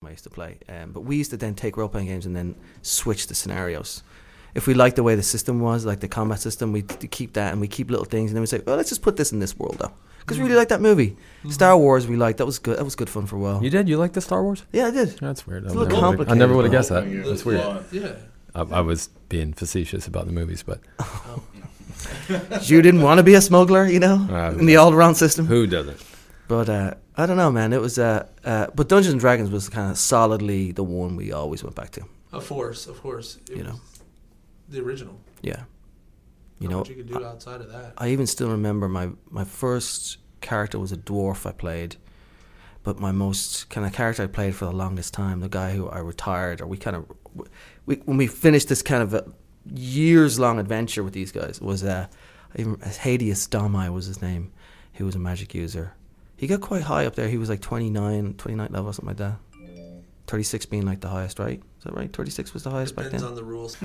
place to play. Um, but we used to then take role playing games and then switch the scenarios. If we liked the way the system was, like the combat system, we keep that and we keep little things, and then we say, well, let's just put this in this world though, because we Mm. really like that movie, Star Wars. We liked that was good. That was good fun for a while. Mm-hmm. You did? You like the Star Wars? yeah, I did. That's weird. It's I a little never would've- I never would have guessed that. complicated. That's weird. Yeah. I, I was being facetious about the movies, but you didn't want to be a smuggler, you know, Ah, in the all around system. who doesn't? But uh, I don't know, man. It was, uh, uh, but Dungeons and Dragons was kind of solidly the one we always went back to. Of course, of course. It You know. was the original. Yeah, you Not know, much you could do outside of that. I even still remember my my first character was a dwarf I played, but my most kind of character I played for the longest time, the guy who I retired, or we kind of we when we finished this kind of a years long adventure with these guys was uh, I even- Hadius Domai was his name, who was a magic user. He got quite high up there. He was like 29, 29 level, something like that. 36 being like the highest, right? Is that right? 36 was the highest back Depends then? on the rules.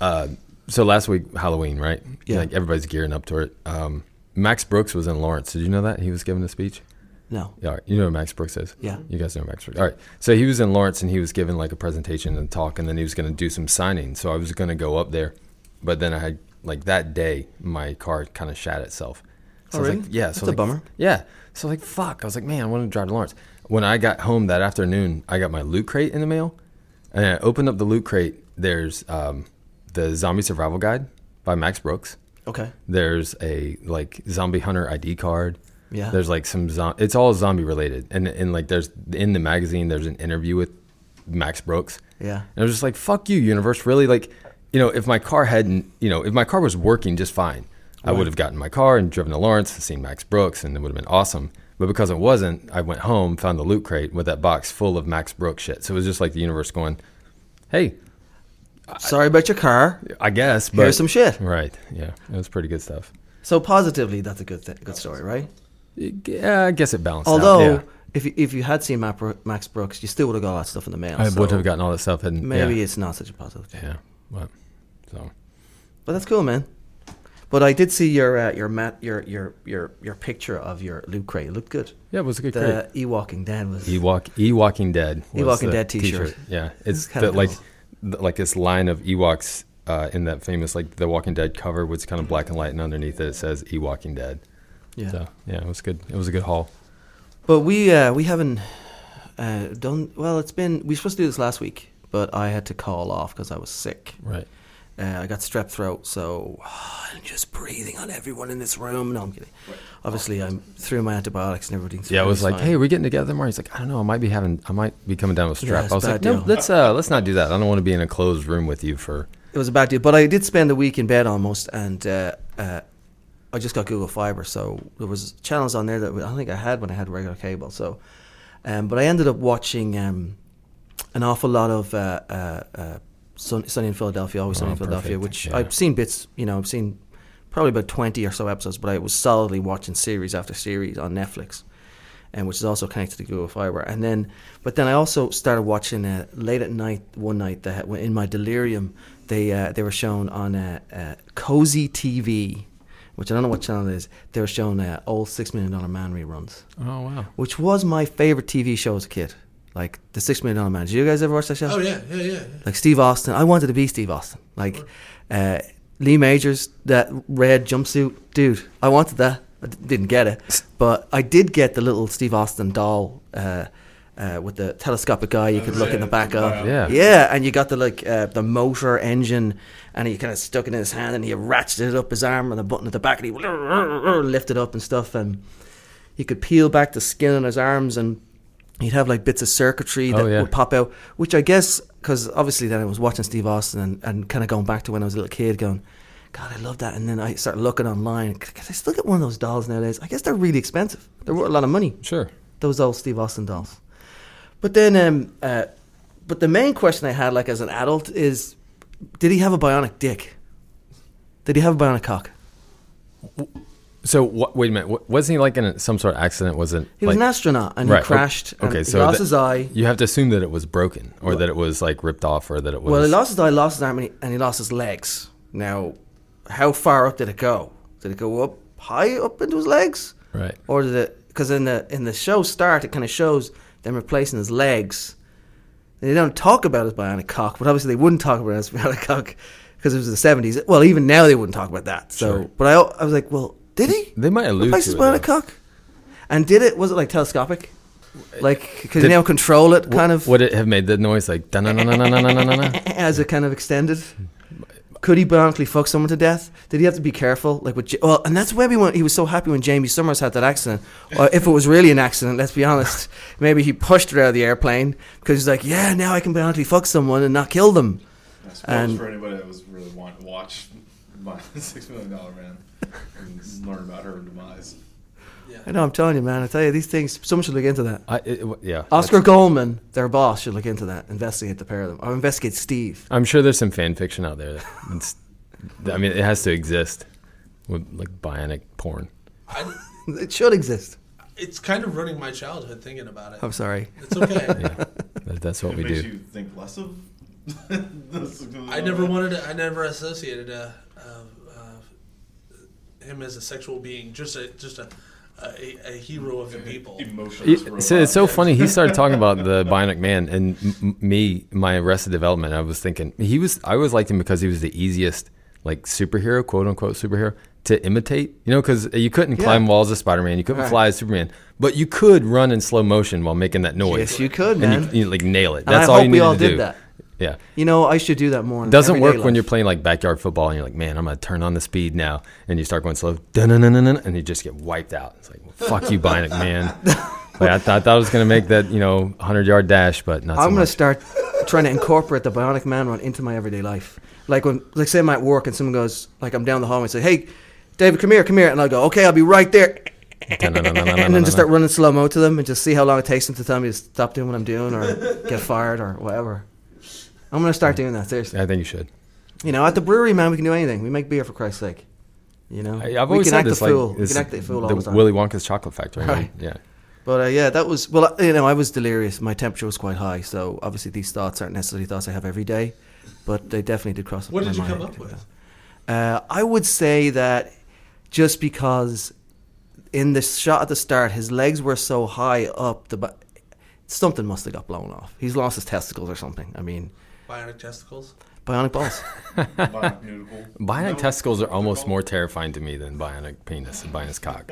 Uh, so last week Halloween, right? Yeah. Like everybody's gearing up toward it. Um, Max Brooks was in Lawrence. Did you know that he was giving a speech? no. Yeah, all right. you know who Max Brooks is. Yeah. You guys know Max Brooks. All right. So he was in Lawrence and he was giving like a presentation and talk, and then he was going to do some signing. So I was going to go up there, but then I had like that day my car kind of shat itself. Oh, So I was really? like, yeah. That's so a like, bummer. Yeah. So like, fuck. I was like, man, I want to drive to Lawrence. When I got home that afternoon, I got my loot crate in the mail, and I opened up the loot crate. There's um, the Zombie Survival Guide by Max Brooks. Okay. There's a like zombie hunter ID card. Yeah. There's like some zo- it's all zombie related. And and like there's in the magazine there's an interview with Max Brooks. Yeah. And I was just like, fuck you, universe. Really like, you know, if my car hadn't you know, if my car was working just fine, I would have gotten my car and driven to Lawrence and seen Max Brooks and it would have been awesome. But because it wasn't, I went home, found the loot crate with that box full of Max Brooks shit. So it was just like the universe going, Hey, Sorry about your car. I guess but Here's some shit. Right. Yeah. It was pretty good stuff. So positively, that's a good th- good story, right? Yeah, I guess it balanced out. Although, yeah. if you, if you had seen Matt Bro- Max Brooks, you still would have got all that stuff in the mail. I so would have gotten all that stuff. And Maybe yeah, it's not such a positive, thing. yeah, but so but that's cool, man. But I did see your uh, your mat your your your your picture of your loot crate. It looked good. yeah, it was a good The create. E Walking Dead was. Ewok Ewoking Dead. was Ewoking the Dead t-shirt. Yeah, it's kinda the, like cool. th- like this line of Ewoks uh, in that famous like The Walking Dead cover was kind of black and white, and underneath it, it says Ewoking Dead. yeah. So yeah, it was good. It was a good haul. But we uh, we haven't uh, done well. It's been we were supposed to do this last week, but I had to call off because I was sick. Right. Uh, I got strep throat, so I'm just breathing on everyone in this room. No, I'm kidding. Obviously, I'm through my antibiotics and everything. so Yeah, I was like, everything's "Hey, fine. we're getting together tomorrow." He's like, "I don't know. I might be having. I might be coming down with Yeah, strep." it's I was a like, bad "No, deal." let's uh, let's not do that. I don't want to be in a closed room with you for." It was a bad deal, but I did spend a week in bed almost, and uh, uh, I just got Google Fiber, so there was channels on there that I don't think I had when I had regular cable. So, um, but I ended up watching um, an awful lot of uh, uh, uh, Sun- Sunny in Philadelphia, Always Sunny Oh, in Philadelphia, perfect, which yeah. I've seen bits. You know, I've seen probably about twenty or so episodes, but I was solidly watching series after series on Netflix. And which is also connected to Google Fiber, and then, but then I also started watching uh, late at night. One night that in my delirium, they uh, they were shown on uh, uh, Cozy TV, which I don't know what channel it is. They were shown uh, old Six Million Dollar Man reruns, Oh wow! which was my favorite TV show as a kid. Like the Six Million Dollar Man. Did you guys ever watch that show? Oh yeah, yeah, yeah. yeah. Like Steve Austin. I wanted to be Steve Austin. Like uh, Lee Majors, that red jumpsuit dude. I wanted that. I d- didn't get it, but I did get the little Steve Austin doll. Uh, uh, with the telescopic eye, you could look in the back of. Yeah. yeah, and you got the like uh, the motor engine, and he kind of stuck it in his hand, and he ratcheted it up his arm, and the button at the back, and he lifted up and stuff, and he could peel back the skin on his arms and he'd have like bits of circuitry that Oh, yeah. would pop out which i guess because obviously then i was watching steve austin and, and kind of going back to when i was a little kid going god i love that and then i started looking online because i still get one of those dolls nowadays i guess they're really expensive they're worth a lot of money Sure. those old Steve Austin dolls. But then, um, uh, but the main question I had, like as an adult, is, did he have a bionic dick? Did he have a bionic cock? So wha- wait a minute. Wa- Wasn't he like in a, some sort of accident? Wasn't He was an astronaut and he o- crashed. and he lost that- his eye. You have to assume that it was broken, or that it was like ripped off, or that it was. Well, he lost his eye, lost his arm, and he, and he lost his legs. Now, how far up did it go? Did it go up high up into his legs? Right. Or did it? Because in the in the show start, it kind of shows them replacing his legs. They don't talk about his bionic cock, but obviously they wouldn't talk about his bionic cock because it was the seventies. Well, even now they wouldn't talk about that. So, Sure. but I, I was like, well, did he? They might allude replace to his it, bionic though. cock? And did it? Was it like telescopic? Like could you uh, Did- now control it? Kind of Would it have made the noise like na na na na na na na? as it kind of extended. Could he bionically fuck someone to death? Did he have to be careful? Like with Ja- well, and that's why we went, he was so happy when Jamie Summers had that accident. Or if it was really an accident, let's be honest, maybe he pushed her out of the airplane because he's like, yeah, now I can bionically fuck someone and not kill them. I suppose And- for anybody that was really want to watch my Six Million Dollar Man and learn about her demise. I know, I'm telling you, man. I tell you, these things. Someone should look into that. I, it, w- yeah. Oscar Goldman, their boss, should look into that. Investigate the pair of them, or investigate Steve. I'm sure there's some fan fiction out there. It's, I mean, it has to exist with like bionic porn. I, It should exist. it's kind of ruining my childhood thinking about it. I'm sorry. It's okay. That- That's what it we makes do. you think less of. I never wanted to, I never associated uh, uh, uh, him as a sexual being, just a just a a, a hero of the people. Emotionless. It- so it's so funny. He started talking about the bionic man and m- m- me, my Arrested Development. I was thinking he was. I always liked him because he was the easiest like superhero, quote unquote superhero, to imitate. You know, because you couldn't Yeah. climb walls as Spider Man, you couldn't Right. fly as Superman, but you could run in slow motion while making that noise. Yes, you could, and man. you, you like nail it. and I That's all hope you we needed all to did do. that. Yeah. You know, I should do that more. in doesn't everyday work when life. you're playing like backyard football and you're like, man, I'm gonna turn on the speed now, and you start going slow, dun-dun-dun-dun-dun, and you just get wiped out. It's like, well, fuck you, Bionic man. Like, I, th- I thought I was gonna make that, you know, 100 yard dash, but not so I'm going much. to start trying to incorporate the Bionic Man run into my everyday life. Like when, like say I'm at work and someone goes, like I'm down the hallway and say, hey, David, come here, come here. And I'll go, okay, I'll be right there. And then just start running slow mo to them and just see how long it takes them to tell me to stop doing what I'm doing or get fired or whatever. I'm going to start doing that, seriously. I think you should. You know, at the brewery, man, we can do anything. We make beer for Christ's sake. You know, I, I've we always can said act this, the like, fool. we this- can act the fool all the the time. Willy Wonka's chocolate factory. man. Right. Yeah. But uh, yeah, that was well. You know, I was delirious. My temperature was quite high, so obviously these thoughts aren't necessarily thoughts I have every day, but they definitely did cross. What my did you mind. come up with? Uh, I would say that just because in the shot at the start, his legs were so high up, the ba- something must have got blown off. He's lost his testicles or something. I mean, Bionic testicles. bionic balls. Bionic Bionic testicles are almost more terrifying to me than bionic penis and bionic cock.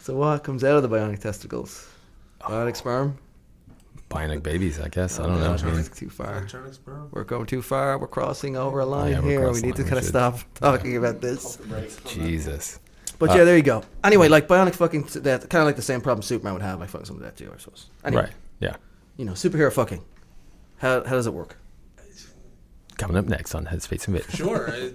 so what comes out of the bionic testicles? Bionic sperm. bionic babies, I guess. I don't know. I mean, That's too far. Electronic sperm. We're going too far. We're crossing over a line Oh, Yeah, we're here. We crossing need to line. kind of We should- stop talking about this. Jesus. But Uh, yeah, there you go. Anyway, like bionic fucking t- that kind of like the same problem Superman would have. Like fucking some of that too, I suppose. Anyway, Right. Yeah. You know, superhero fucking. How how does it work? Coming up next on Headspace and Vision. Sure. I,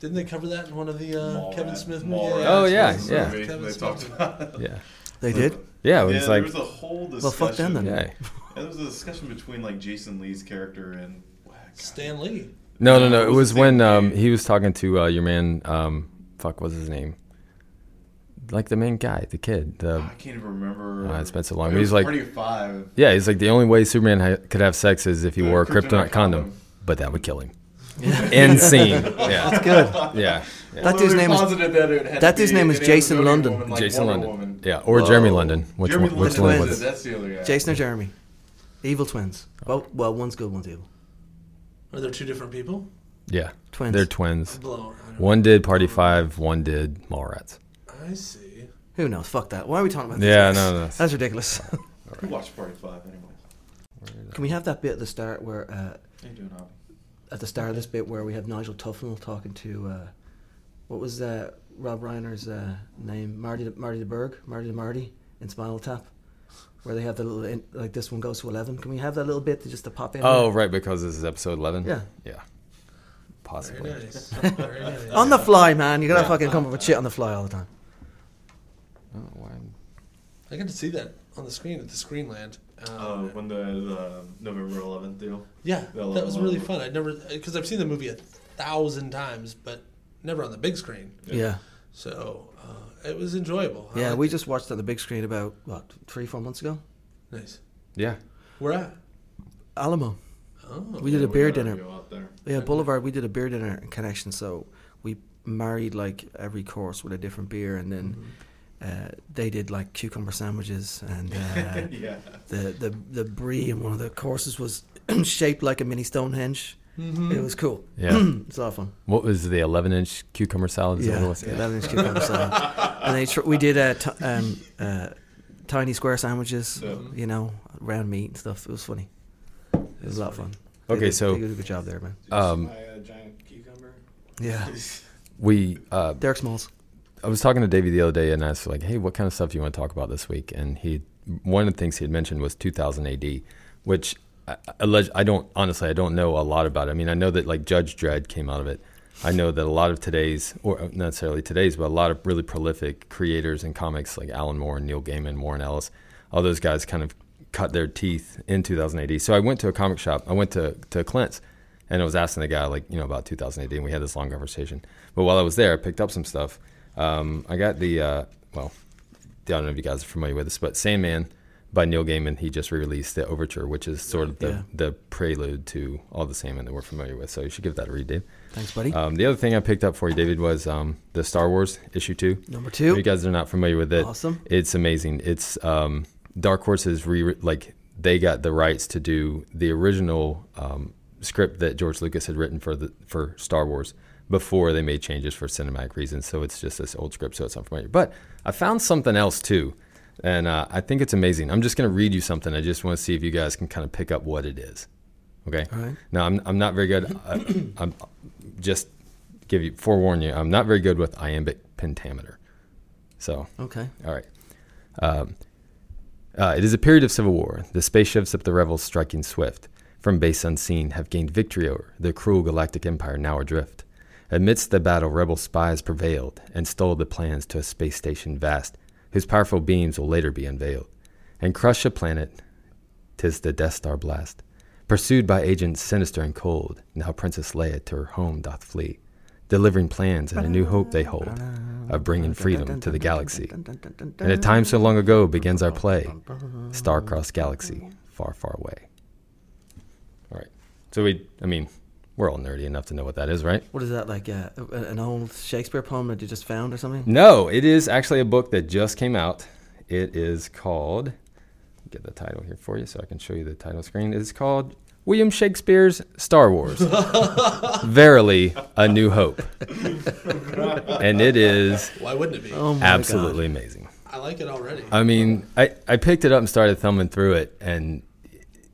didn't they cover that in one of the uh, Kevin Smith movies? Oh, yeah, yeah. Kevin They Smith. talked about. it. Yeah. They did. Yeah, it yeah, was there like- was a whole discussion. Well, fuck them then. Yeah. Yeah, there was a discussion between like Jason Lee's character and Um, God. Stan Lee. No, no, no. It Uh, What was was the when thing? um, he was talking to uh, your man. Um, fuck, what's his name? Like the main guy, the kid. The, I can't even remember. Uh, it's been so long. It He's was like- Party of Five. yeah, he's like the only way Superman ha- could have sex is if he The wore a kryptonite kryptonite condom, condom. but that would kill him. End scene. Yeah, Good. yeah. yeah. That Although dude's they're name is- positive that it had that to dude's be name is an Jason Amazonian London. woman like Jason Wonder London. Woman. Yeah, or Jeremy Whoa. London. Which Jeremy one? Which London one is was? it. That's the other guy. Jason or Jeremy? Evil twins. Well, well, one's good, one's evil. Are there two different people? Yeah, Twins. They're twins. Blown. I don't- One did Party Five. One did Mallrats. I see. Who knows? Fuck that. Why are we talking about this? Yeah, no, no, that's- That's ridiculous. Who watched Party of Five anyway? Can we have that bit at the start where, uh, How you doing, Hobby? at the start of this bit where we have Nigel Tufnell talking to, uh, what was uh, Rob Reiner's uh, name? Marty, Marty the Berg? Marty the Marty in Spinal Tap? Where they have the little, in, like this one goes to 11. Can we have that little bit to just to pop in? Oh, right, because this is episode eleven. Yeah. yeah, Very possibly. nice. Very nice. On the fly, man. You gotta Yeah. fucking come up with shit on the fly all the time. I don't know why I'm- I got to see that on the screen at the Screenland. Uh, Um, when the, the November 11th deal. yeah, the that was really 11-11. fun. I never because I've seen the movie a thousand times, but never on the big screen. Yeah. So uh, it was enjoyable. I Yeah, liked we it. just watched it on the big screen about, what, three, four months ago? nice. Yeah. We're at. Alamo. Oh, We did a beer gotta dinner. go out there. Yeah, Boulevard, we did a beer dinner in connection. So we married like every course with a different beer. And then uh, they did like cucumber sandwiches and uh, yeah. the, the the brie in one of the courses was shaped like a mini Stonehenge. It was cool. Yeah. It's a lot of fun. what was the 11 inch cucumber salad? Is that what it was? yeah, that is cucumber salad. And they tr- we did uh, t- um, uh, tiny square sandwiches, Yeah. you know, round meat and stuff. It was funny. It was a lot of fun. They Okay, did- so- they did a good job there, man. Um, my uh, giant cucumber. Yeah, We, uh, Derek Smalls. I was talking to Davey the other day and asked like, "Hey, what kind of stuff do you want to talk about this week?" And he, one of the things he had mentioned was 2000 AD, which I, alleg- I don't honestly, I don't know a lot about. It. I mean, I know that like Judge Dredd came out of it. I know that a lot of today's, or uh, not necessarily today's, but a lot of really prolific creators in comics like Alan Moore and Neil Gaiman, Warren Ellis, all those guys kind of cut their teeth in 2000 AD. So I went to a comic shop. I went to to Clint's, and I was asking the guy like you know about 2000 AD, and we had this long conversation. But while I was there, I picked up some stuff. Um, I got the uh, well, I don't know if you guys are familiar with this, but Sandman by Neil Gaiman. He just released the Overture, which is sort of the Yeah. the prelude to all the Sandman that we're familiar with. So you should give that a read, Dave. Thanks, buddy. Um, the other thing I picked up for you, David, was um, the Star Wars issue two. Number If two. you guys are not familiar with it, Awesome. It's amazing. It's um, Dark Horse's re like they got the rights to do the original um, script that George Lucas had written for the for Star Wars before they made changes for cinematic reasons. So it's just this old script, so it's unfamiliar. But I found something else too, and uh, I think it's amazing. I'm just going to read you something. I just want to see if you guys can kind of pick up what it is. Okay. All right. Now I'm I'm not very good. I, I'm just give you forewarn you. I'm not very good with iambic pentameter. So Okay. all right. Um, uh, it is a period of civil war. The spaceships of the rebels striking swift from base unseen have gained victory over the cruel galactic empire now adrift. Amidst the battle, rebel spies prevailed and stole the plans to a space station vast, whose powerful beams will later be unveiled, and crush a planet. Tis the Death Star blast, pursued by agents sinister and cold. Now Princess Leia to her home doth flee, delivering plans and a new hope they hold of bringing freedom to the galaxy. And a time so long ago begins our play, Star-Crossed Galaxy, Far, Far Away. All right. So we, I mean, we're all nerdy enough to know what that is, right? What is that like? Uh, a- an old Shakespeare poem that you just found or something? No, it is actually a book that just came out. It is called, get the title here for you so I can show you the title screen. It is called William Shakespeare's Star Wars. Verily, A New Hope. and it is Why wouldn't it be? Oh my God. absolutely amazing. I like it already. Um, I mean, I, I picked it up and started thumbing through it, and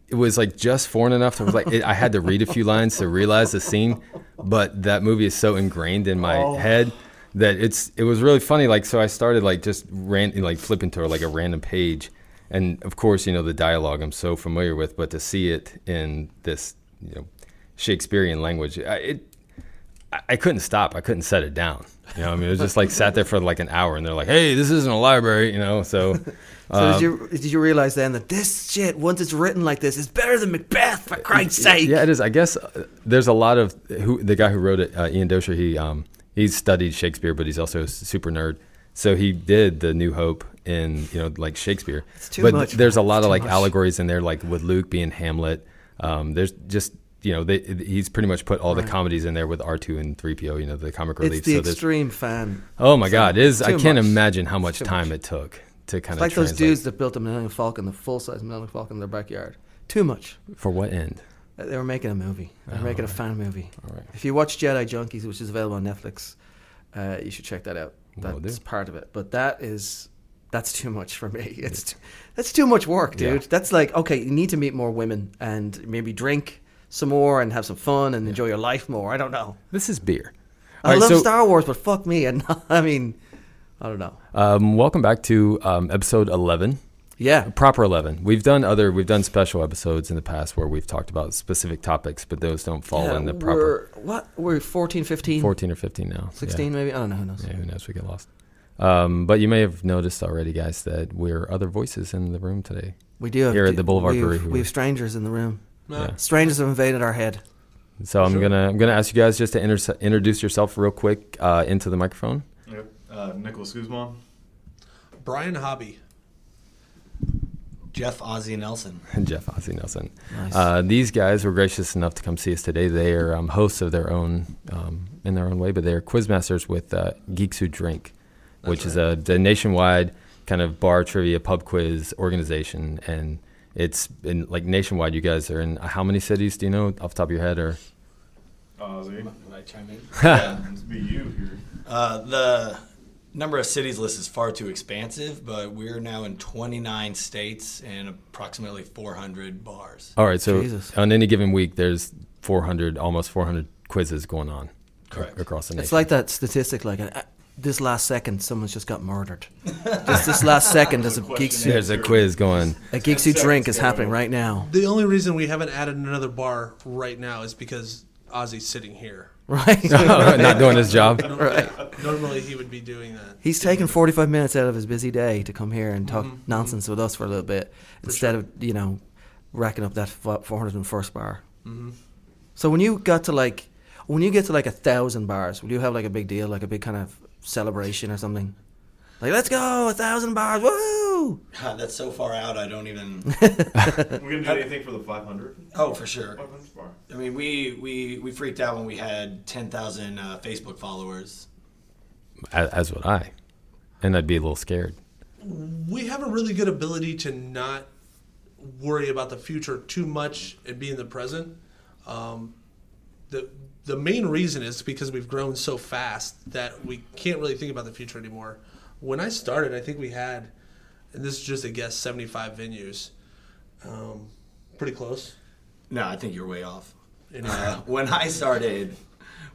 it was like just foreign enough to like it, I had to read a few lines to realize the scene, but that movie is so ingrained in my head that it's it was really funny. Like so, I started like just ran like flipping to like a random page, and of course you know the dialogue I'm so familiar with, but to see it in this you know Shakespearean language, I, it I- I couldn't stop. I couldn't set it down. You know, I mean, it was just like sat there for like an hour, and they're like, "Hey, this isn't a library," you know. So, um, So did you did you realize then that this shit once it's written like this is better than Macbeth for Christ's sake? yeah, it is. I guess uh, there's a lot of who the guy who wrote it, uh, Ian Dosher. He um he's studied Shakespeare, but he's also a s- super nerd. So he did the New Hope in you know like Shakespeare. It's too but much, there's a man. lot It's of too like much. allegories in there, like with Luke being Hamlet. Um, there's just you know they, he's pretty much put all the comedies in there with R two and three PO. You know the comic relief. It's the so there's- extreme fan. Oh my God! It is I too can't much. imagine how much time it took to kind of Like those translate. dudes that built the Millennium Falcon, the full size Millennium Falcon in their backyard. Too much. For what end? Uh, They were making a movie. They Oh, were making a fan movie. Alright. If you watch Jedi Junkies, which is available on Netflix, uh, you should check that out. Will That's do. part of it. But that is that's too much for me. It's too, that's too much work, dude. That's like okay, you need to meet more women and maybe drink some more and have some fun and enjoy your life more. I don't know. This is beer. I All right, love so, Star Wars, but fuck me. And I mean, I don't know. Um, welcome back to um, episode eleven, Yeah, proper eleven. We've done other, we've done special episodes in the past where we've talked about specific topics, but those don't fall yeah, in the proper We're, what we're 14, 15, fourteen or fifteen now. Yeah. 16 maybe. I don't know who knows. Yeah, who knows? We get lost. Um, but you may have noticed already, guys, that we're other voices in the room today. We do have Here at the Boulevard we Brewery. Have, we have strangers in the room. No. Yeah. Strangers have invaded our head. So I'm gonna I'm gonna ask you guys just to inter- introduce yourself real quick uh, into the microphone. Yep. Uh, Nicholas Guzman. Brian Hobby. Jeff Ozzy Nelson. and Jeff Ozzie Nelson. Nice. Uh, these guys were gracious enough to come see us today. They are um, hosts of their own, um, in their own way, but they are quizmasters with uh, Geeks Who Drink. which is a the nationwide kind of bar trivia pub quiz organization, and it's in like nationwide. You guys are in uh, how many cities? Do you know off the top of your head? Or Uh, see? Can I chime in? yeah, it's be you here. Uh, the number of cities list is far too expansive, but we're now in 29 states and approximately 400 bars. all right, so Jesus. on any given week, there's 400, almost 400 quizzes going on ac- Correct. across the nation. It's like that statistic, like uh, this last second, someone's just got murdered. just this last second, there's a geeks who, there's a quiz going. a geeks who drink is seconds, yeah. happening right now. The only reason we haven't added another bar right now is because Ozzy's sitting here. Right? not doing his job. right. Normally he would be doing that. He's taking 45 minutes out of his busy day to come here and talk nonsense with us for a little bit instead of, you know, racking up that fo- 401st bar. So when you got to like, when you get to like a thousand bars, will you have like a big deal, like a big kind of celebration or something? Like, let's go, a thousand bars, woo! God, that's so far out, I don't even. We're Uh, gonna do anything for the 500. Oh, for sure. 500 uh, bar. I mean, we we, we freaked out when we had 10,000 uh, Facebook followers. as, as would I, and I'd be a little scared. we have a really good ability to not worry about the future too much and be in the present. Um, the the main reason is because we've grown so fast that we can't really think about the future anymore. When I started, I think we had, and this is just a guess, seventy five venues, um, pretty close. No, I think you're way off. Anyway, Uh, when I started,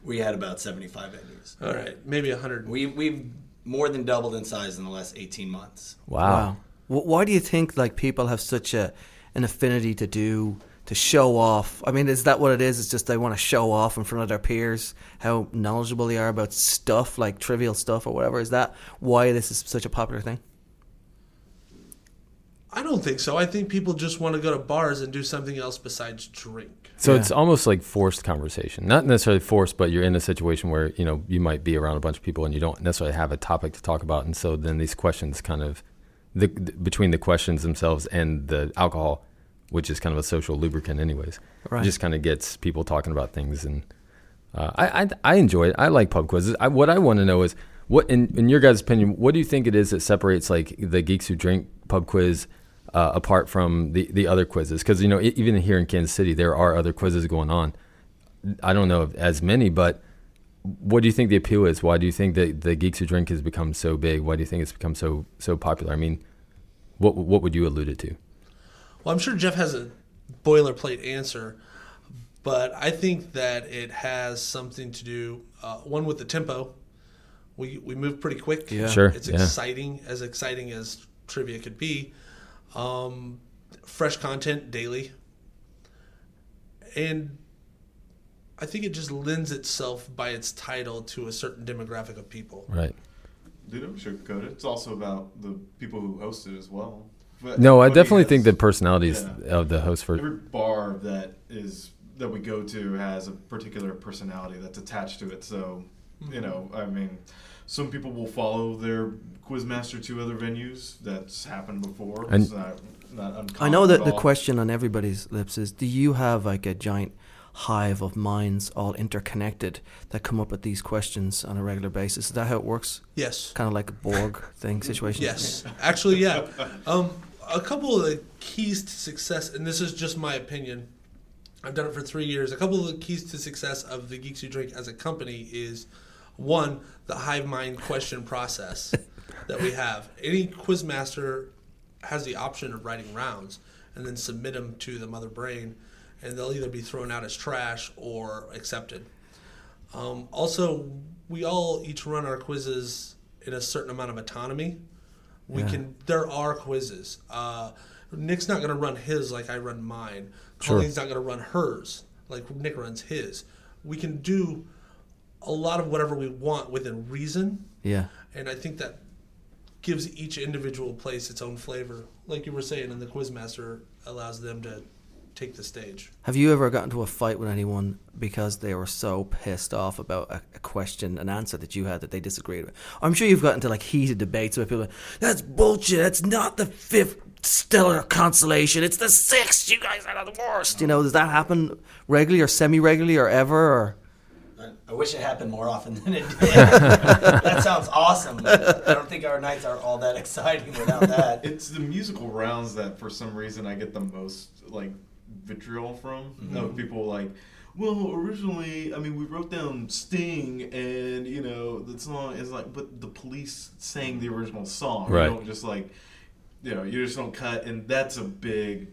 we had about 75 venues. all right, maybe hundred. We, we've more than doubled in size in the last 18 months. Wow. Wh- Why do you think like people have such a an affinity to do to show off? I mean, is that what it is? It's just they want to show off in front of their peers how knowledgeable they are about stuff like trivial stuff or whatever. Is that why this is such a popular thing? I don't think so. I think people just want to go to bars and do something else besides drink. So Yeah. it's almost like forced conversation. Not necessarily forced, but you're in a situation where, you know, you might be around a bunch of people and you don't necessarily have a topic to talk about. And so then these questions kind of the, the- between the questions themselves and the alcohol, which is kind of a social lubricant anyways. Right. It just kind of gets people talking about things and uh, I, I I enjoy it. I like pub quizzes. I, what I want to know is what, in, in your guys' opinion, what do you think it is that separates like the geeks who drink pub quiz uh, apart from the, the other quizzes? Because you know, e- even here in Kansas City, there are other quizzes going on. I don't know of as many, but what do you think the appeal is? Why do you think that the geeks who drink has become so big? Why do you think it's become so so popular? I mean, what what would you allude it to? Well, I'm sure Jeff has a boilerplate answer, but I think that it has something to do uh, one with the tempo. We we move pretty quick. Yeah, Sure, It's yeah. exciting, as exciting as trivia could be. Um, fresh content daily, and I think it just lends itself by its title to a certain demographic of people. Right. They don't sugarcoat it. It's also about the people who host it as well. But No, I nobody definitely think has- the personalities Yeah. of the host for every bar that is that we go to has a particular personality that's attached to it. So, Mm-hmm. you know, I mean, some people will follow their quizmaster to other venues. That's happened before. And- it's not, not uncommon. I know that at the all. question on everybody's lips is: Do you have like a giant hive of minds all interconnected that come up with these questions on a regular basis? Is that how it works? Yes. Kind of like a Borg thing situation. Yes, actually, yeah. Um, a couple of the keys to success, and this is just my opinion. I've done it for three years. A couple of the keys to success of the Geeks Who Drink as a company is one, the hive mind question process that we have. Any quizmaster has the option of writing rounds and then submit them to the mother brain, and they'll either be thrown out as trash or accepted. Um, also, we all each run our quizzes in a certain amount of autonomy. We can. There are quizzes. Uh, Nick's not going to run his like I run mine. Colleen's not going to run hers like Nick runs his. We can do a lot of whatever we want within reason, Yeah. and I think that gives each individual place its own flavor. Like you were saying, and the quizmaster allows them to take the stage. Have you ever gotten to a fight with anyone because they were so pissed off about a, a question, an answer that you had that they disagreed with? I'm sure you've gotten to like heated debates where people are like, that's bullshit. That's not the fifth stellar constellation. It's the sixth. You guys are the worst. You know, does that happen regularly or semi regularly or ever? Or? I I wish it happened more often than it did. that sounds awesome. But I don't think our nights are all that exciting without that. It's the musical rounds that for some reason I get the most like vitriol from Mm-hmm. of people like well originally I mean we wrote down Sting and you know the song is like but the police sang the original song Right. you don't just like you know you just don't cut and that's a big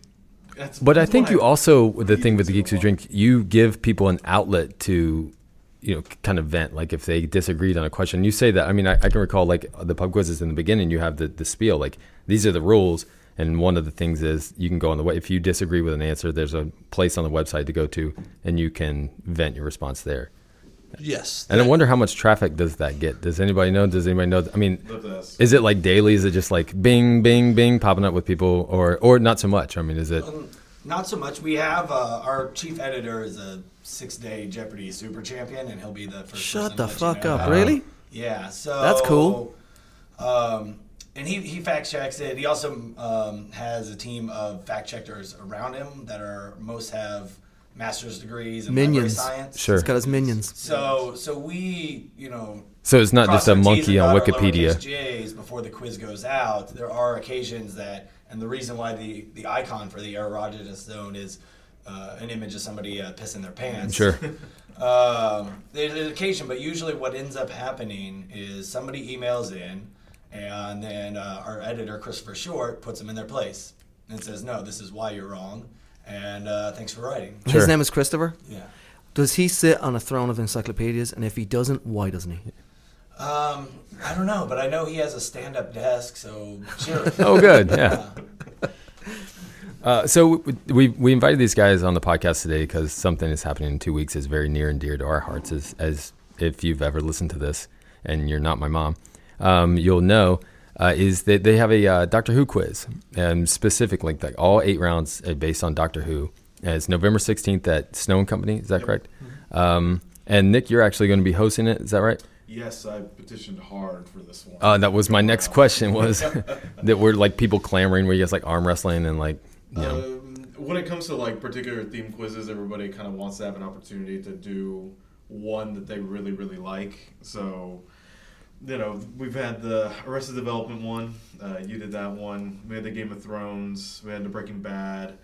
that's But I that's think what you also the thing with the do geeks a who lot. drink, you give people an outlet to, you know, k- kind of vent. Like if they disagreed on a question, you say that. I mean, I, I can recall like the pub quizzes in the beginning. You have the the spiel like these are the rules, and one of the things is you can go on the way if you disagree with an answer. There's a place on the website to go to, and you can vent your response there. Yes. And I wonder how much traffic does that get? Does anybody know? Does anybody know? I mean, Love to ask. is it like daily? Is it just like bing, bing, bing popping up with people, or or not so much? I mean, is it? Not so much. We have uh, our chief editor is a six-day Jeopardy super champion, and he'll be the first. Shut person the to let fuck you know. up, really? Yeah, so That's cool. Um, and he, he fact checks it. He also um, has a team of fact checkers around him that are most have master's degrees in library Minions. science. Sure. It's got his minions. So so we you know So it's not just cross a our T's monkey and on dot our lowercase Wikipedia. J's before the quiz goes out, there are occasions that, and the reason why the, the icon for the erogenous zone is uh, an image of somebody uh, pissing their pants. Sure. Um, there's an occasion, but usually what ends up happening is somebody emails in, and then uh, our editor Christopher Short puts them in their place and says, "No, this is why you're wrong, and uh, thanks for writing." Sure. His name is Christopher. Yeah. Does he sit on a throne of encyclopedias? And if he doesn't, why doesn't he? Um, I don't know, but I know he has a stand-up desk, so sure. Oh, good. Yeah. Uh, so w- we we invited these guys on the podcast today because something is happening in two weeks is very near and dear to our hearts. As as if you've ever listened to this and you're not my mom, um, you'll know uh, is that they have a uh, Doctor Who quiz, um, specific link like all eight rounds are based on Doctor Who. And it's November sixteenth at Stone Company. Is that correct? Um, and Nick, you're actually going to be hosting it. Is that right? yes I petitioned hard for this one Uh, that was my next question. Was that were like people clamoring? Were you guys like arm wrestling and like you know? Um, when it comes to like particular theme quizzes, everybody kind of wants to have an opportunity to do one that they really really like. So, you know, we've had the Arrested Development one. Uh, you did that one. We had the Game of Thrones. We had the Breaking Bad.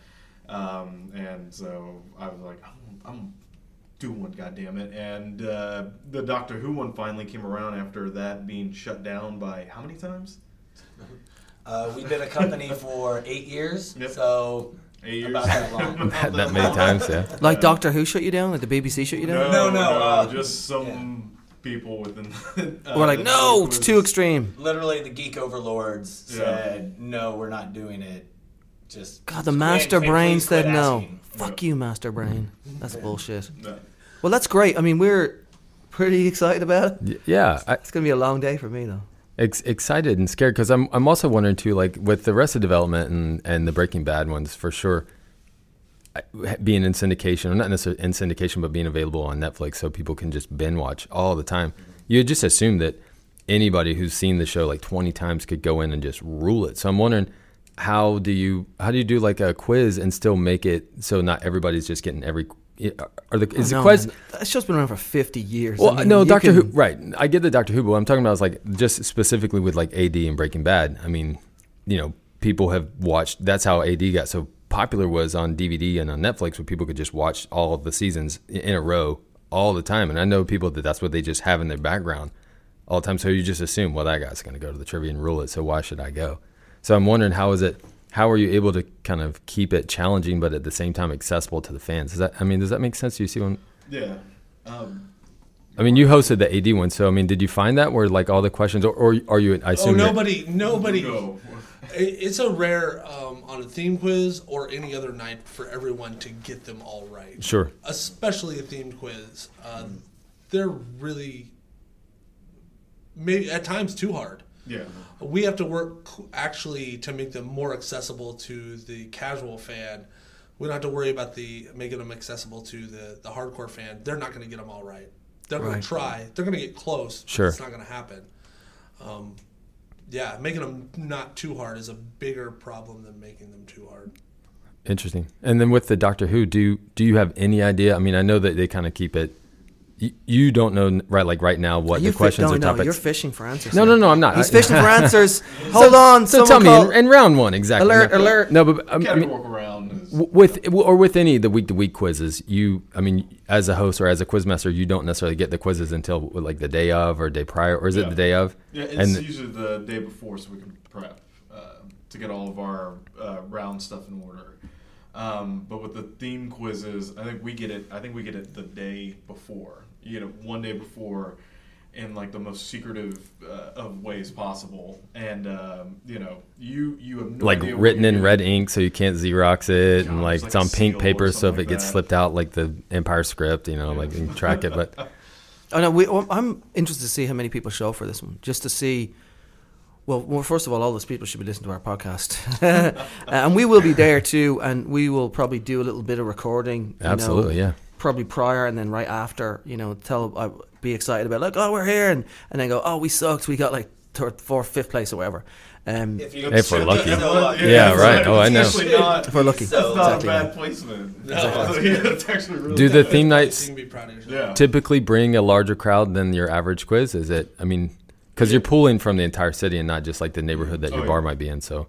Um, and so I was like, I'm, I'm do one, goddamn it! And uh, the Doctor Who one finally came around after that being shut down by how many times? Uh, we've been a company for eight years, Yep. so Eight years. about that long. that, that many times, yeah. Like Doctor Who shut you down? Like the BBC shut you down? No, no, uh, just some people within. Uh, We're like, the no, group it's was- too extreme. Literally, the geek overlords Yeah. said, "No, we're not doing it." Just God, Ah, the just master quit, quit, brain please said quit no. asking. Fuck you, master brain. That's bullshit. No. Well, that's great. I mean, we're pretty excited about it. Y- Yeah, I, It's gonna be a long day for me though. ex- excited and scared because I'm I'm also wondering too, like with the rest of development and and the Breaking Bad ones for sure. I- Being in syndication, or not necessarily in syndication, but being available on Netflix so people can just binge watch all the time. You just assume that anybody who's seen the show like 20 times could go in and just rule it. So I'm wondering how do you how do you do like a quiz and still make it so not everybody's just getting every eh, are the is No, the quiz man, that show's been around for fifty years. Well, I mean, no, you Doctor Who. can- Right, I get the Doctor Who, but what I'm talking about is like just specifically with like AD and Breaking Bad. I mean, you know, people have watched. That's how AD got so popular was on DVD and on Netflix, where people could just watch all of the seasons i- in a row all the time. And I know people that that's what they just have in their background all the time. So you just assume, well, that guy's going to go to the trivia and rule it. So why should I go? So I'm wondering how is it? How are you able to kind of keep it challenging, but at the same time accessible to the fans? Does that? I mean, does that make sense? Do you see one? Yeah. Um, I mean, you hosted the AD one, so I mean, did you find that where like all the questions, or, or are you? I Oh, assume. you're- nobody, nobody. go. I- It's a rare um, on a theme quiz or any other night for everyone to get them all right. Sure. Especially a themed quiz. Uh, They're really, maybe at times too hard. Yeah. We have to work actually to make them more accessible to the casual fan. We don't have to worry about the making them accessible to the, the hardcore fan. They're not going to get them all right. They're going Right. to try. They're going to get close. but Sure. it's not going to happen. Um, yeah, making them not too hard is a bigger problem than making them too hard. Interesting. And then with the Doctor Who, do you, do you have any idea? I mean, I know that they kind of keep it you, you don't know right like right now what You're the fi- questions no, or no, topics. You're fishing for answers. No, no, no, I'm not. He's I- fishing for answers. Hold on. so tell someone me call- in, in round one exactly. Alert, No. alert. No, but um, I mean, Categorical round is. w- with w- or with any of the week to week quizzes, you I mean, as a host or as a quizmaster, you don't necessarily get the quizzes until like the day of or day prior, or is it Yeah. the day of? Yeah, it's and usually the day before so we can prep uh, to get all of our uh, round stuff in order. Um, but with the theme quizzes, I think we get it. I think we get it the day before. You get it one day before, in like the most secretive uh, of ways possible. And um, you know, you you have no like idea what written you're in doing. red ink, so you can't Xerox it, Yeah, and like it's like it's on a seal pink or paper, so if it something like gets that. slipped out, like the Empire script, you know, like you can track it. But Oh no, we, oh, I'm interested to see how many people show for this one, just to see. Well, well, first of all, all those people should be listening to our podcast, Uh, and we will be there too, and we will probably do a little bit of recording. you know, Absolutely, yeah. Probably prior and then right after, you know, tell uh, be excited about like, oh, we're here, and, and then go, oh, we sucked, we got like third, fourth, fifth place or whatever. Um, If, you, If we're so lucky. lucky. Yeah, right. it's Oh, I know. actually not- If we're lucky. That's not Exactly. a bad placement. No. Yeah, it's actually really do the good. theme You nights can be proud of yourself. Yeah. typically bring a larger crowd than your average quiz? Is it? I mean, because you're pulling from the entire city and not just like the neighborhood that Oh, your yeah. bar might be in. So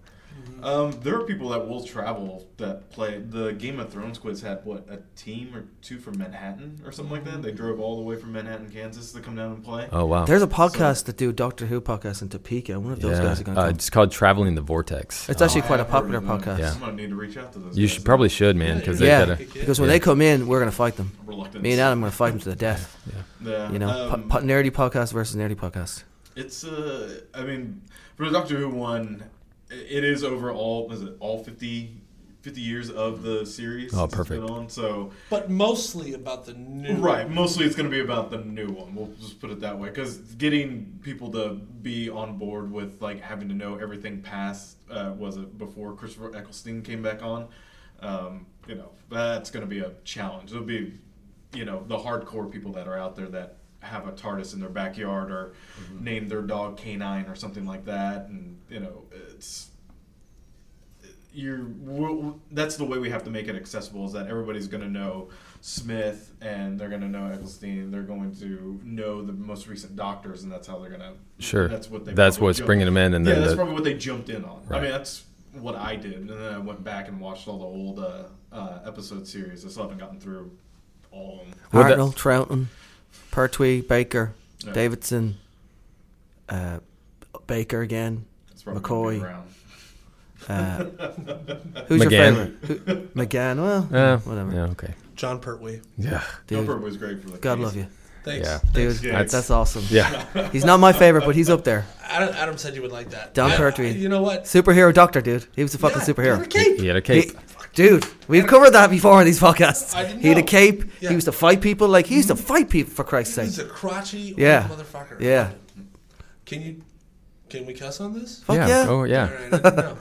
Um, there are people that will travel that play the Game of Thrones quiz had what a team or two from Manhattan or something like that. Mm-hmm. They drove all the way from Manhattan, Kansas to come down and play. oh wow, there's a podcast that do a Doctor Who podcast in Topeka. I wonder if those yeah, guys are going to uh, come. it's called traveling the vortex. It's actually I quite a have heard of popular them. podcast. Yeah. I'm gonna need to reach out to those. you guys. should probably should man because they Yeah, gotta. because when they come in, we're going to fight them. Reluctance. Me and Adam are going to fight them to the death. Yeah. You know, Um, po- po- nerdy podcast versus nerdy podcast. It's uh, I mean, for the Doctor Who one, i- it is over all. Is it all 50, 50 years of the series? Oh, it's been perfect. On so. But mostly about the new. Right. Mostly, it's going to be about the new one. We'll just put it that way, because getting people to be on board with like having to know everything past uh, was it before Christopher Eccleston came back on, um, you know, that's going to be a challenge. It'll be, you know, the hardcore people that are out there that have a TARDIS in their backyard or name their dog Canine or something like that, and you know, it's you're we'll, that's the way we have to make it accessible is that everybody's going to know Smith and they're going to know Eccleston they're going to know the most recent doctors and that's how they're going to Sure. that's what they That's probably what's jumped- bringing 'em in, and yeah then that's the- probably what they jumped in on I Right. mean that's what I did and then I went back and watched all the old uh, uh, episode series I still haven't gotten through all of them Well, that- Hartnell, Trouton, Pertwee, Baker, Yeah. Davidson, uh, Baker again. it's probably gonna be McCoy. around. Uh, who's McGann. your favorite? Who, McGann. Well, Uh, whatever. Yeah. Okay. John Pertwee. Yeah. Dude, Jumper was great for the God case. love you, Thanks. Yeah. dude. Thanks, That's, guys. awesome. Yeah. he's not my favorite, but he's up there. Adam, Adam said you would like that. John I- I- Pertwee. You know what? Superhero doctor, dude. He was a fucking Yeah, superhero. he's a cape. He had a He- cape. dude, we've covered that before on these podcasts. I didn't He had a know. cape. Yeah. He used to fight people. Like he used to fight people for Christ's He's sake. a crotchety old Yeah. motherfucker. Yeah. Can you? Can we cuss on this? Fuck yeah. Oh yeah. All right, I didn't know.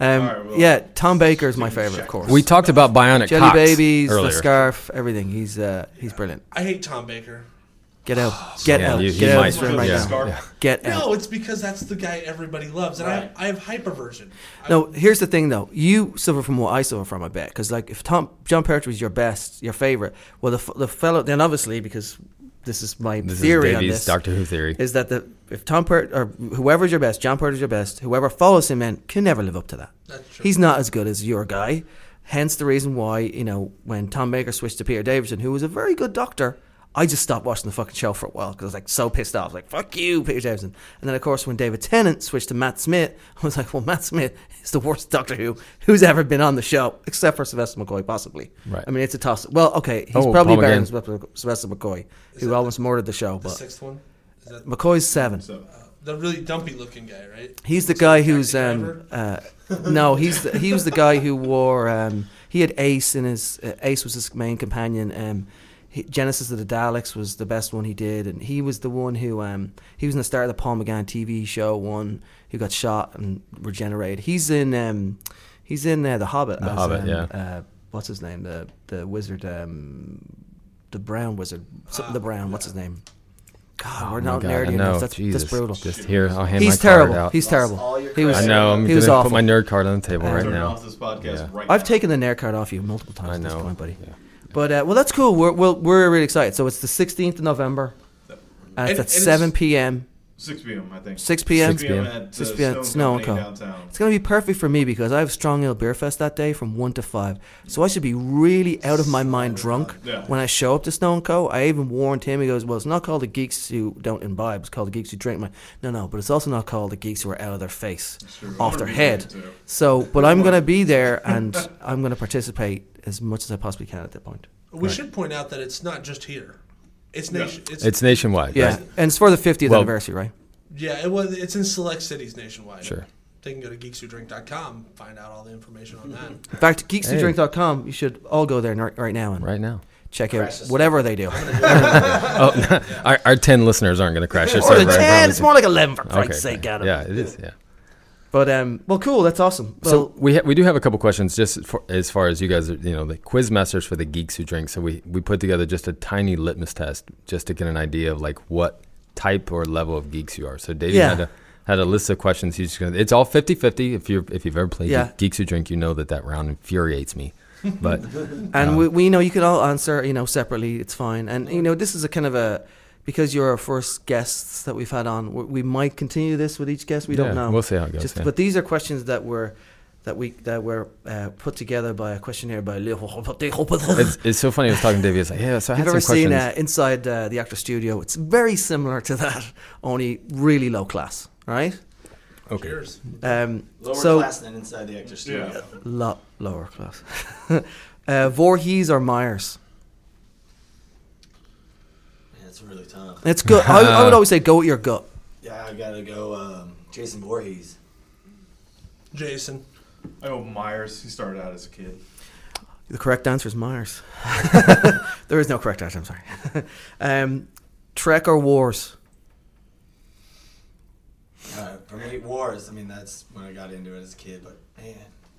Um, Alright, well, yeah, Tom Baker is my favorite, of check. course. We talked about bionic Jelly cocks Babies, earlier. the scarf, everything. He's uh, he's brilliant. I hate Tom Baker. Get out, get Oh, Yeah, out, you- get you out might- of this room right yeah, now. Scarf. yeah. Get out. No, it's because that's the guy everybody loves, and Right. I, I have hyperversion. I- No, here's the thing though. You suffer from what I suffer from, I bet. Because like, if Tom John Pertwee's your best, your favorite, well, the f- the fellow then obviously because this is my This theory is on Davies' this Doctor Who theory. is that the if Tom Pert or whoever's your best, John Pertwee's your best, whoever follows him in can never live up to that. That's true. He's not as good as your guy. Hence the reason why you know when Tom Baker switched to Peter Davison, who was a very good doctor. I just stopped watching the fucking show for a while because I was like so pissed off, like "fuck you, Peter Davison." And then of course when David Tennant switched to Matt Smith, I was like, "Well, Matt Smith is the worst Doctor Who who's ever been on the show, except for Sylvester McCoy, possibly." Right. I mean, it's a toss. Well, okay, he's Oh, probably Paul better McGann. than Sylvester Sylvester McCoy, who almost murdered the show. the But sixth one. Is that McCoy's seven. so the really dumpy looking guy, right? He's the guy Taxi who's um, uh, no, he's the, he was the guy who wore um, he had Ace in his uh, Ace was his main companion. Um, he, Genesis of the Daleks was the best one he did, and he was the one who um, he was in the start of the Paul McGann TV show one who got shot and regenerated. He's in um, he's in uh, the Hobbit. The Hobbit, yeah. Uh, what's his name? The the wizard, um, the brown wizard, something the brown. What's his name? God, we're Oh my not God, I nerdy know. enough. That's, Jesus. that's brutal. Just here, I'll hand He's my card terrible. out. He's terrible. all your He was, I know. I'm he was gonna awful. put my nerd card on the table Uh, right turn now. off this podcast Yeah. right I've now. taken the Nair card off you multiple times I at this know. point, buddy. Yeah. But uh, well, that's cool. We're, we're we're really excited. So it's the 16th of November, and, And- it's at and it's- 7 p.m. 6 p.m. I think. 6 p.m. 6 p.m. at 6 uh, p.m. Stone, Snow and Company Co. downtown. It's gonna be perfect for me because I have Strong Ale Beer Fest that day from one to five, so I should be really out of my mind drunk Yeah. when I show up to Snow and Co. I even warned him. He goes, "Well, it's not called the geeks who don't imbibe; it's called the geeks who drink." My no, no, but it's also not called the geeks who are out of their face, true. off I'm their gonna be head. there too. So, but I'm gonna be there and I'm gonna participate as much as I possibly can at that point. We should point out that it's not just here. It's nation. It's, It's nationwide. Yeah, right? and it's for the 50th Well- anniversary, right? yeah. It was. It's in select cities nationwide. Sure. They can go to geekswhodrink.com, find out all the information on that. In fact, Hey. geekswhodrink.com. You should all go there right right now and Right now. check out Crash this. whatever they do. Oh, our, our 10 listeners aren't going to crash this Or the server, I ten. promise It's you. more like eleven for Okay, Christ's sake, fine. Adam. Yeah, it is. Yeah. But um, well, cool. That's awesome. Well, so we ha- we do have a couple questions just for, as far as you guys are, you know the quiz masters for the geeks who drink. So we we put together just a tiny litmus test just to get an idea of like what type or level of geeks you are. So David Yeah. had a had a list of questions. He's just gonna. It's all 50-50. If you if you've ever played Yeah. geeks who drink, you know that that round infuriates me. But and we, we know you can all answer, you know, separately. It's fine. And you know, this is a kind of a because you're our first guests that we've had on. We, we might continue this with each guest. We Yeah, don't know. we'll see how it goes, yeah. But these are questions that were that we that were uh, put together by a questionnaire by Leo. it's, it's so funny. I was talking to David. He's like, yeah. So I had You've ever some seen questions. uh, inside uh, the actor studio? It's very similar to that, only really low class, right? okay. Cheers. Um, Lower so, class than inside the actor studio. Yeah. lot lower class. uh, Voorhees or Myers? Man, it's really tough. It's good. I, I would always say go with your gut. Yeah, I gotta go. Um, Jason Voorhees. Jason. I know Myers. He started out as a kid. The correct answer is Myers. there is no correct answer. I'm sorry. um, Trek or Wars? Uh, for me, Wars. I mean, that's when I got into it as a kid. But man,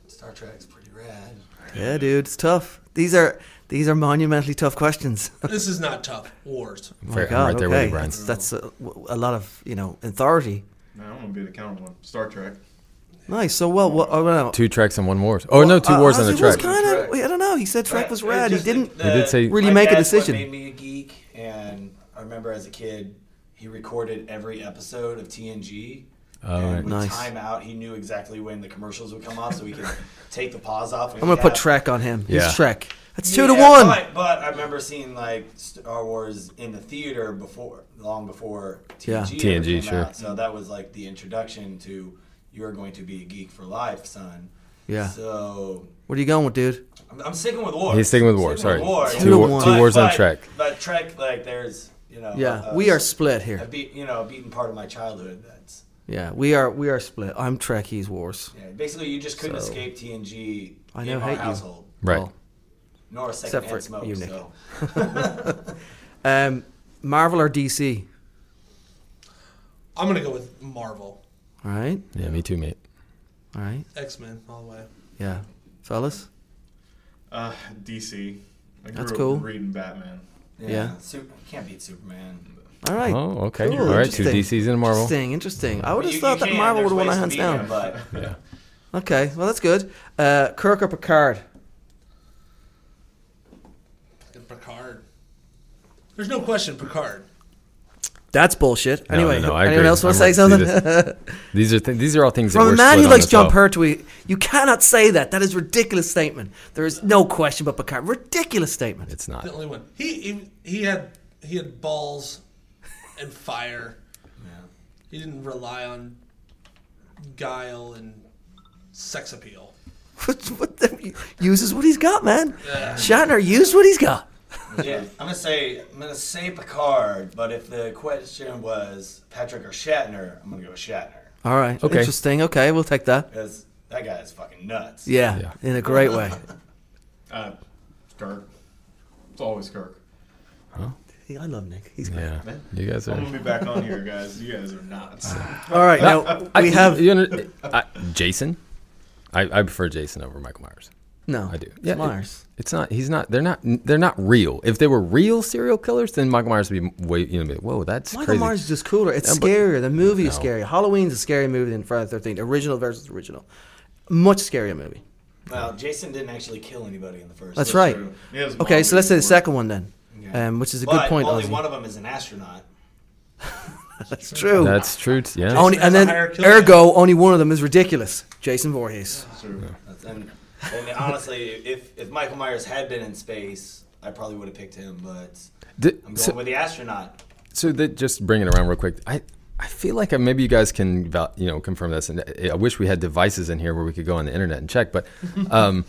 Star Trek's pretty rad. Yeah, dude, it's tough. These are these are monumentally tough questions. This is not tough. Wars. Oh my Fair- I'm God, right there with you, Brian. That's, that's a, a lot of you know authority. Man, I'm gonna be the counter one. Star Trek. Nice. So well, what, I don't know. Two tracks and one wars. Oh no, two wars Uh, and a it was track. kinda- Trek. I don't know. He said Trek was It rad. He just- didn't. the- He did say- Really my make a dad's decision. What made me a geek, and I remember as a kid, he recorded every episode of TNG. Oh, and right. with Nice. time out, he knew exactly when the commercials would come off, so he could take the pause off. I'm gonna put Trek on him. Yeah. He's Trek. That's two to one. But, but I remember seeing like Star Wars in the theater before, long before TNG. Yeah. ever TNG, came sure. out. So that was like the introduction to you're going to be a geek for life, son. Yeah. So What are you going with, dude? I'm, I'm sticking with Wars. He's sticking with Wars, Sticking with sorry. Wars. Two to one. Two wars on but- Trek. But Trek, like, there's you know. Yeah, a- we are split A here. beat, you know, a beaten part of my childhood. That's Yeah, we are we are split. I'm Trek. He's Wars. yeah. Basically, you just couldn't So- escape TNG. I in know, our hate you. household, Right. Well, Nor a second for smoke. you, Nick. so um, Marvel or DC? I'm gonna go with Marvel. All right, Yeah, me too, mate. all right. X Men all the way. Yeah, fellas. Uh, DC. I grew That's up cool. Reading Batman. yeah, Yeah. Sup- can't beat Superman. All right. Oh, okay. Cool, All right, two interesting. DCs and a Marvel. Interesting, interesting. I would You- have you thought that can, Marvel would there's have won that ways to hands beat down. him, but Yeah. Okay, well that's good. Uh, Kirk or Picard? And Picard. There's no question, Picard. That's bullshit. No, no, Anyway, no, I anyone agree. else want to I'm say with you. something? See These are th- these are all things that From we're a man split who on likes as well. John Pertwee, you cannot say that. That is a ridiculous statement. There is no question but Picard. Ridiculous statement. It's not. The only one. He he, he had he had balls and fire. He didn't rely on guile and sex appeal. What- what the- uses what he's got, man. Shatner used what he's got. yeah, I'm gonna say I'm gonna say Picard, but if the question was Patrick or Shatner, I'm gonna go with Shatner All right. Okay. Interesting. Okay, we'll take that. because that guy is fucking nuts. Yeah, Yeah. in a great way. Uh, Kirk. It's always Kirk. See, I love Nick. He's great. Yeah, you guys I'm are. gonna be back on here, guys. You guys are not. All right, now we have you know, I, Jason. I, I prefer Jason over Michael Myers. no. I do. It's Yeah, it- Myers. It's not. He's not. They're not. They're not real. If they were real serial killers, then Michael Myers would be way. You know, be, whoa, that's Michael crazy. Myers is just cooler. It's No, but- scarier. The movie is No. scary. Halloween's a scarier movie than Friday the Thirteenth. Original versus original. Much scarier movie. Well, Jason didn't actually kill anybody in the first. That's one. right. true. He has Okay, mom so let's say the before. second one then, Yeah. um, which is a but good point. Only Ozzy. one of them is an astronaut. That's true. That's true. t- Yeah. only, That's and a then, higher kill ergo, only one of them is ridiculous. Jason Voorhees. True. That's- And, and honestly, if if Michael Myers had been in space, I probably would have picked him. But Th- I'm going so, with the astronaut. so that just bring it around real quick. I I feel like uh, maybe you guys can val- you know confirm this, and I- I wish we had devices in here where we could go on the internet and check. But um,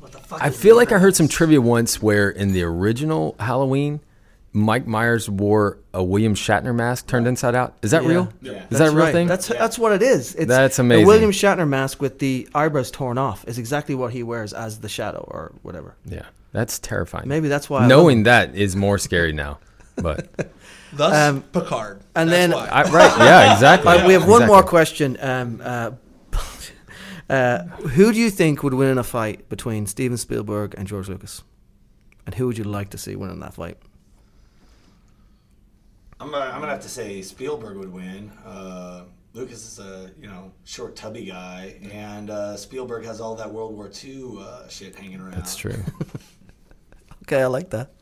What the fuck? I is feel the like I heard some difference? trivia once where in the original Halloween, Mike Myers wore a William Shatner mask turned inside out. Is that Yeah. real? Yeah. Is that a That's real right. thing? That's Yeah. that's what it is. It's That's The amazing. William Shatner mask with the eyebrows torn off is exactly what he wears as the shadow or whatever. yeah. That's terrifying. Maybe that's why I knowing that is more scary now. But Thus, Um, Picard. and then That's why. I, right, yeah, exactly. love it. Uh, we have one more Exactly. question. Um, uh, uh, who do you think would win in a fight between Steven Spielberg and George Lucas? And who would you like to see win in that fight? I'm gonna, I'm gonna have to say Spielberg would win. Uh, Lucas is a you know short, tubby guy, and uh, Spielberg has all that World War II uh, shit hanging around. That's true. Okay, I like that.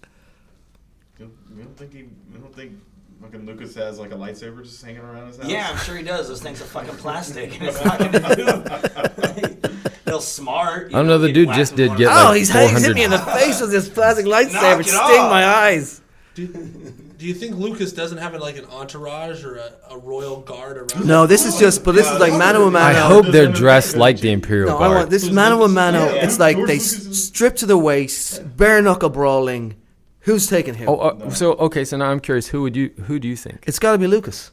You don't- you don't think he? You don't think fucking Lucas has like a lightsaber just hanging around his house? Yeah, I'm sure he does. Those things are fucking plastic, and it's not gonna do. They'll smart. you I don't know, the get dude whacked just with did one get, of oh, like, he's, he's hit 400. me in the face with this plastic Knock lightsaber. it Sting off. my eyes. do, do you think Lucas doesn't have like an entourage or a, a royal guard around? No, this is just, but this is like mano a mano. I hope they're dressed like the Imperial No, Guard. I want this Who's mano a Lucas? mano. Yeah, yeah. It's like George they Lucas is- strip to the waist, bare knuckle brawling. Who's taking him? Oh, uh, so okay. So now I'm curious. Who would you? Who do you think? It's got to be Lucas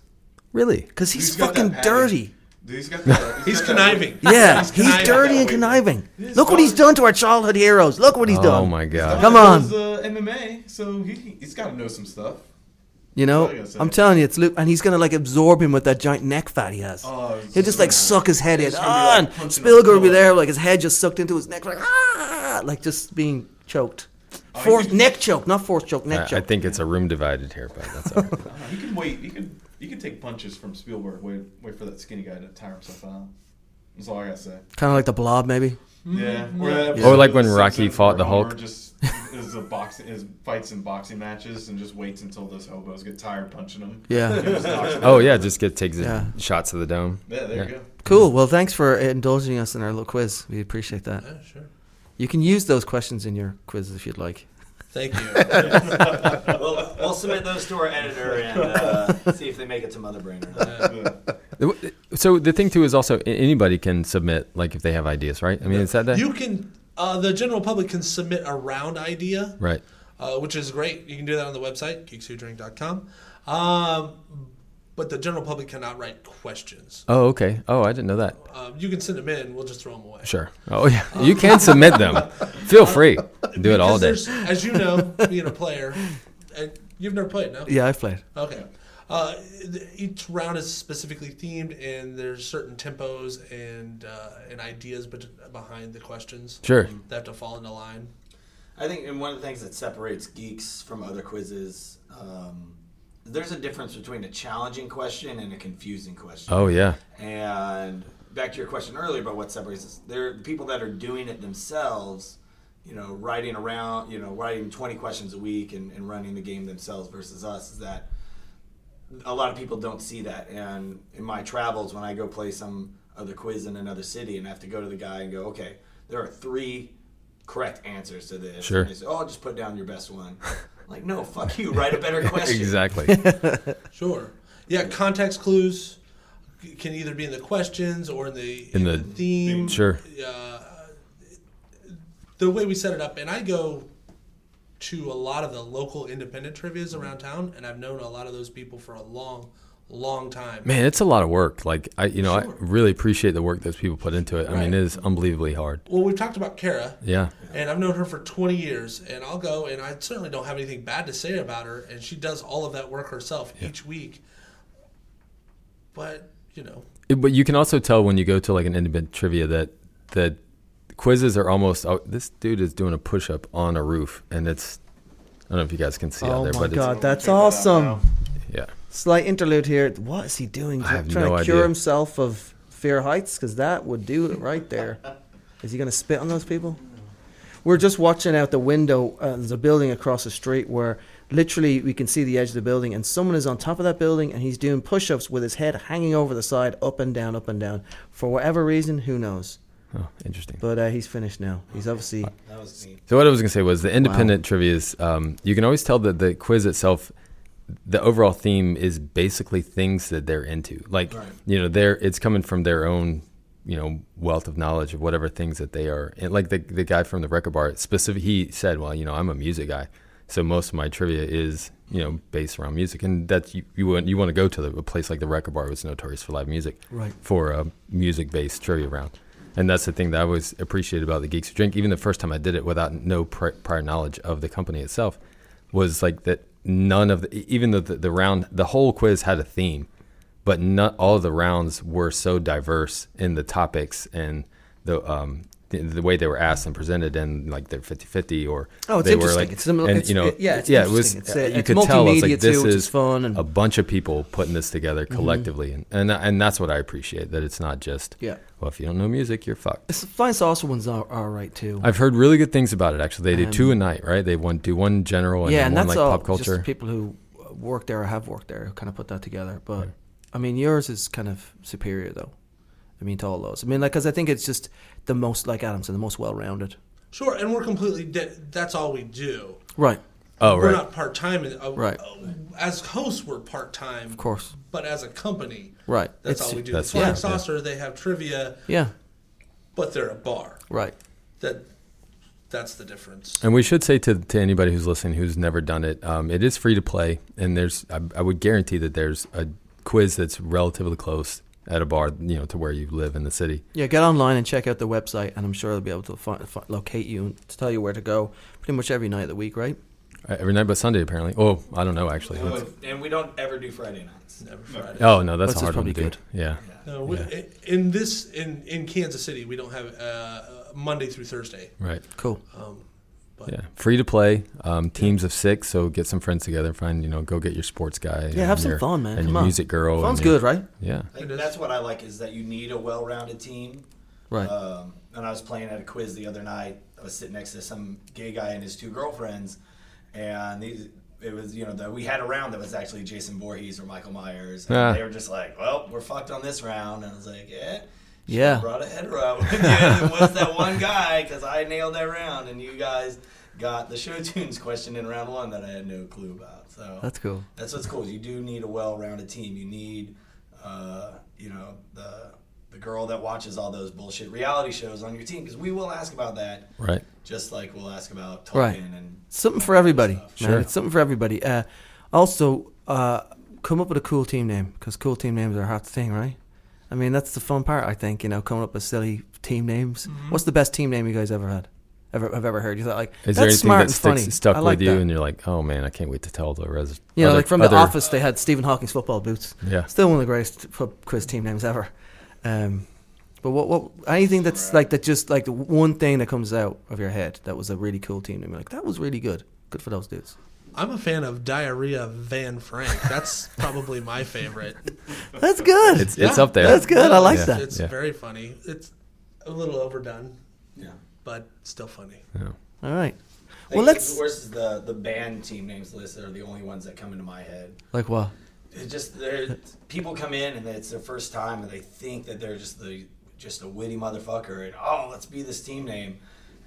Really? because he's, got that fucking pattern. dirty. Dude, he's got. That, He's got that- conniving. Yeah, He's he's, conniving. dirty and Wait. conniving. He's Look what he's done. done to our childhood heroes. Look what he's Oh done. my god. Come That on. was, uh, MMA, so he he's got to know some You stuff. What are you know, gonna say? I'm telling you, it's Luke, and he's gonna like absorb him with that giant neck fat he has. Oh, He'll just like yeah. suck his head in. He's gonna be, Ah, like, and punching a Spielberg will be pillow. there, like his head just sucked into his neck, like ah, like just being choked. Oh, Forced he's- neck choke, not forced choke, neck I, I choke. think it's a room divided here, but that's all right. Uh, he could wait. He could he could take punches from Spielberg. Wait wait for that skinny guy to tire himself out. That's all I gotta say. kind of like the blob, maybe. Yeah. Or, that Or like episode when of The Rocky Simpsons fought where the Homer Hulk. Just is a boxing is fights in boxing matches and just waits until those hobos get tired punching him. Yeah. He just knocks them Oh out. yeah, just get takes the Yeah. shots of the dome. Yeah, there you go. Cool. Well, thanks for indulging us in our little quiz. We appreciate that. Yeah, sure. You can use those questions in your quizzes if you'd like. Thank you. them. We'll, we'll submit those to our editor and uh, see if they make it to Mother Brain or not. The- So the thing too is also a- anybody can submit like if they have ideas, right? I mean, is that that? you can. Uh, the general public can submit a round idea, right. uh, which is great. You can do that on the website, geekswhodrink.com. Um, but the general public cannot write questions. Oh okay. Oh, I didn't know that. Um, you can send them in. We'll just throw them away. Sure. Oh yeah, you can submit them. Feel free. Do it all day. Because there's- As you know, being a player, and you've never played, no? Yeah, I've played. Okay. Uh, th- each round is specifically themed, and there's certain tempos and uh, and ideas bet- behind the questions. Sure. They have to fall into line. I think, and one of the things that separates geeks from other quizzes, um, there's a difference between a challenging question and a confusing question. Oh yeah. And back to your question earlier about what separates us, there are people that are doing it themselves, you know, writing around, you know, writing 20 questions a week and, and running the game themselves versus us is that a lot of people don't see that. And in my travels, when I go play some other quiz in another city and I have to go to the guy and go, okay, there are three correct answers to this. Sure. And they say, oh, just put down your best one. like, no, fuck you, write a better question. Exactly. Sure. Yeah, context clues c- can either be in the questions or in the In the- theme. Sure. Uh, the way we set it up, and I go to a lot of the local independent trivia's around town, and I've known a lot of those people for a long, long time. Man, it's a lot of work. Like I, you know, Sure. I really appreciate the work those people put into it. I mean, it is unbelievably hard. Well, we've talked about Kara. Yeah. And I've known her for 20 years, and I'll go, and I certainly don't have anything bad to say about her, and she does all of that work herself each week. But, you know, It- but you can also tell when you go to like an independent trivia that that quizzes are almost oh, this dude is doing a push up on a roof, and it's I don't know if you guys can see out oh there, my but god, that's Check that out awesome. now. it's yeah. Slight interlude here. What is he doing? Is I he have trying no to cure idea. himself of fear of heights? Because that would do it right there. Is he going to spit on those people? We're just watching out the window. Uh, there's a building across the street where literally we can see the edge of the building, and someone is on top of that building and he's doing push ups with his head hanging over the side, up and down, up and down. For whatever reason, who knows? Oh, interesting. But uh, he's finished now. He's obviously. That was neat. So what I was going to say was the independent trivia is um, you can always tell that the quiz itself, the overall theme is basically things that they're into. Like Right. you know, they're it's coming from their own you know wealth of knowledge of whatever things that they are. And like the the guy from the record bar, specific he said, well, you know, I'm a music guy, so most of my trivia is you know based around music, and that's you you want you want to go to the, a place like the record bar was notorious for live music, Right. for a music based trivia round. And that's the thing that I always appreciate about the Geeks Who Drink, even the first time I did it without no pri- prior knowledge of the company itself, was like that none of the, e, even though the, the round, the whole quiz had a theme, but not all of the rounds were so diverse in the topics and the, um, the, the way they were asked and presented and like they're 50-50 or Oh, it's they interesting. Were like, It's similar- and, it's- you know, it- yeah, it's yeah, it was, interesting. It's, uh, you it's could tell it's multimedia like, this too, which is is fun and- a bunch of people putting this together Mm-hmm. collectively, and, and and that's what I appreciate that it's not just Yeah. Well, if you don't know music, you're fucked. The flying saucer ones are, are right too. I've heard really good things about it. Actually, they do two a night, right? They one do one general and yeah, and then one that's like all pop culture. just people who uh, work there or have worked there who kind of put that together. But I mean, yours is kind of superior though. I mean, to all those. I mean, like, because I think it's just the most, like Adam said, the most well-rounded. Sure, and we're completely. De- that's all we do. Right. oh, We're right. not part time. Uh, Right. Uh, as hosts, we're part time. Of course. But as a company, Right. That's It's- all we do. that's- That's Flying yeah, yeah. Saucer, they have trivia, Yeah. but they're a bar. Right. That that's the difference. And we should say to, to anybody who's listening who's never done it, um, it is free to play, and there's I, I would guarantee that there's a quiz that's relatively close at a bar, you know, to where you live in the city. Yeah. Get online and check out the website, and I'm sure they'll be able to find, fi locate you and to tell you where to go. Pretty much every night of the week, right? Uh, Every night but Sunday, apparently. Oh, I don't know actually. That's- And we don't ever do Friday nights. Never Friday. oh no, that's That's a hard one probably to do. good. Yeah. No, we, i in this in in Kansas City, we don't have uh, Monday through Thursday. right. Cool. Yeah, free to play. Um, teams of six, so get some friends together. Find you know, go get your sports guy. Yeah, have some fun, man. And Come your on. music girl. Fun's and your- good, right? Yeah, I think that's what I like is that you need a well-rounded team. Right. Um, and I was playing at a quiz the other night. I was sitting next to some gay guy and his two girlfriends, and these it was you know the, we had a round that was actually Jason Voorhees or Michael Myers, and Ah. they were just like, "Well, we're fucked on this round," and I was like, "Yeah." should've Yeah. brought a head row. yeah, it was that one guy because I nailed that round, and you guys got the show tunes question in round one that I had no clue about. So That's cool. that's what's cool. is You do need a well-rounded team. You need, uh, you know, the the girl that watches all those bullshit reality shows on your team because we will ask about that, right. just like we'll ask about Tolkien Right. and Something for everybody, man. Sure. It's something for everybody. Uh, also, uh, come up with a cool team name because cool team names are a hot thing, right? I mean, that's the fun part. I think you know, coming up with silly team names. Mm-hmm. What's the best team name you guys ever had? Ever have ever heard? You thought like that's Is there anything smart that and funny. sticks, stuck I like with you, that. and you're like, oh man, I can't wait to tell the res. You know, other- like from The other- Office, they had Stephen Hawking's football boots. Yeah. Still one of the greatest pub quiz team names ever. Um, but what, what anything that's like that just like the one thing that comes out of your head that was a really cool team name. You're like that was really good. Good for those dudes. I'm a fan of Diarrhea Van Frank. That's probably my favorite. That's good. It's it's up there. That's good. I like Yeah. that. It's Yeah. very funny. It's a little overdone, yeah. but still funny. Yeah. All right. I Well, think let's The worst is the the band team names list that are the only ones that come into my head. like what? It just they're people come in and it's their first time and they think that they're just the just a witty motherfucker and oh let's be this team name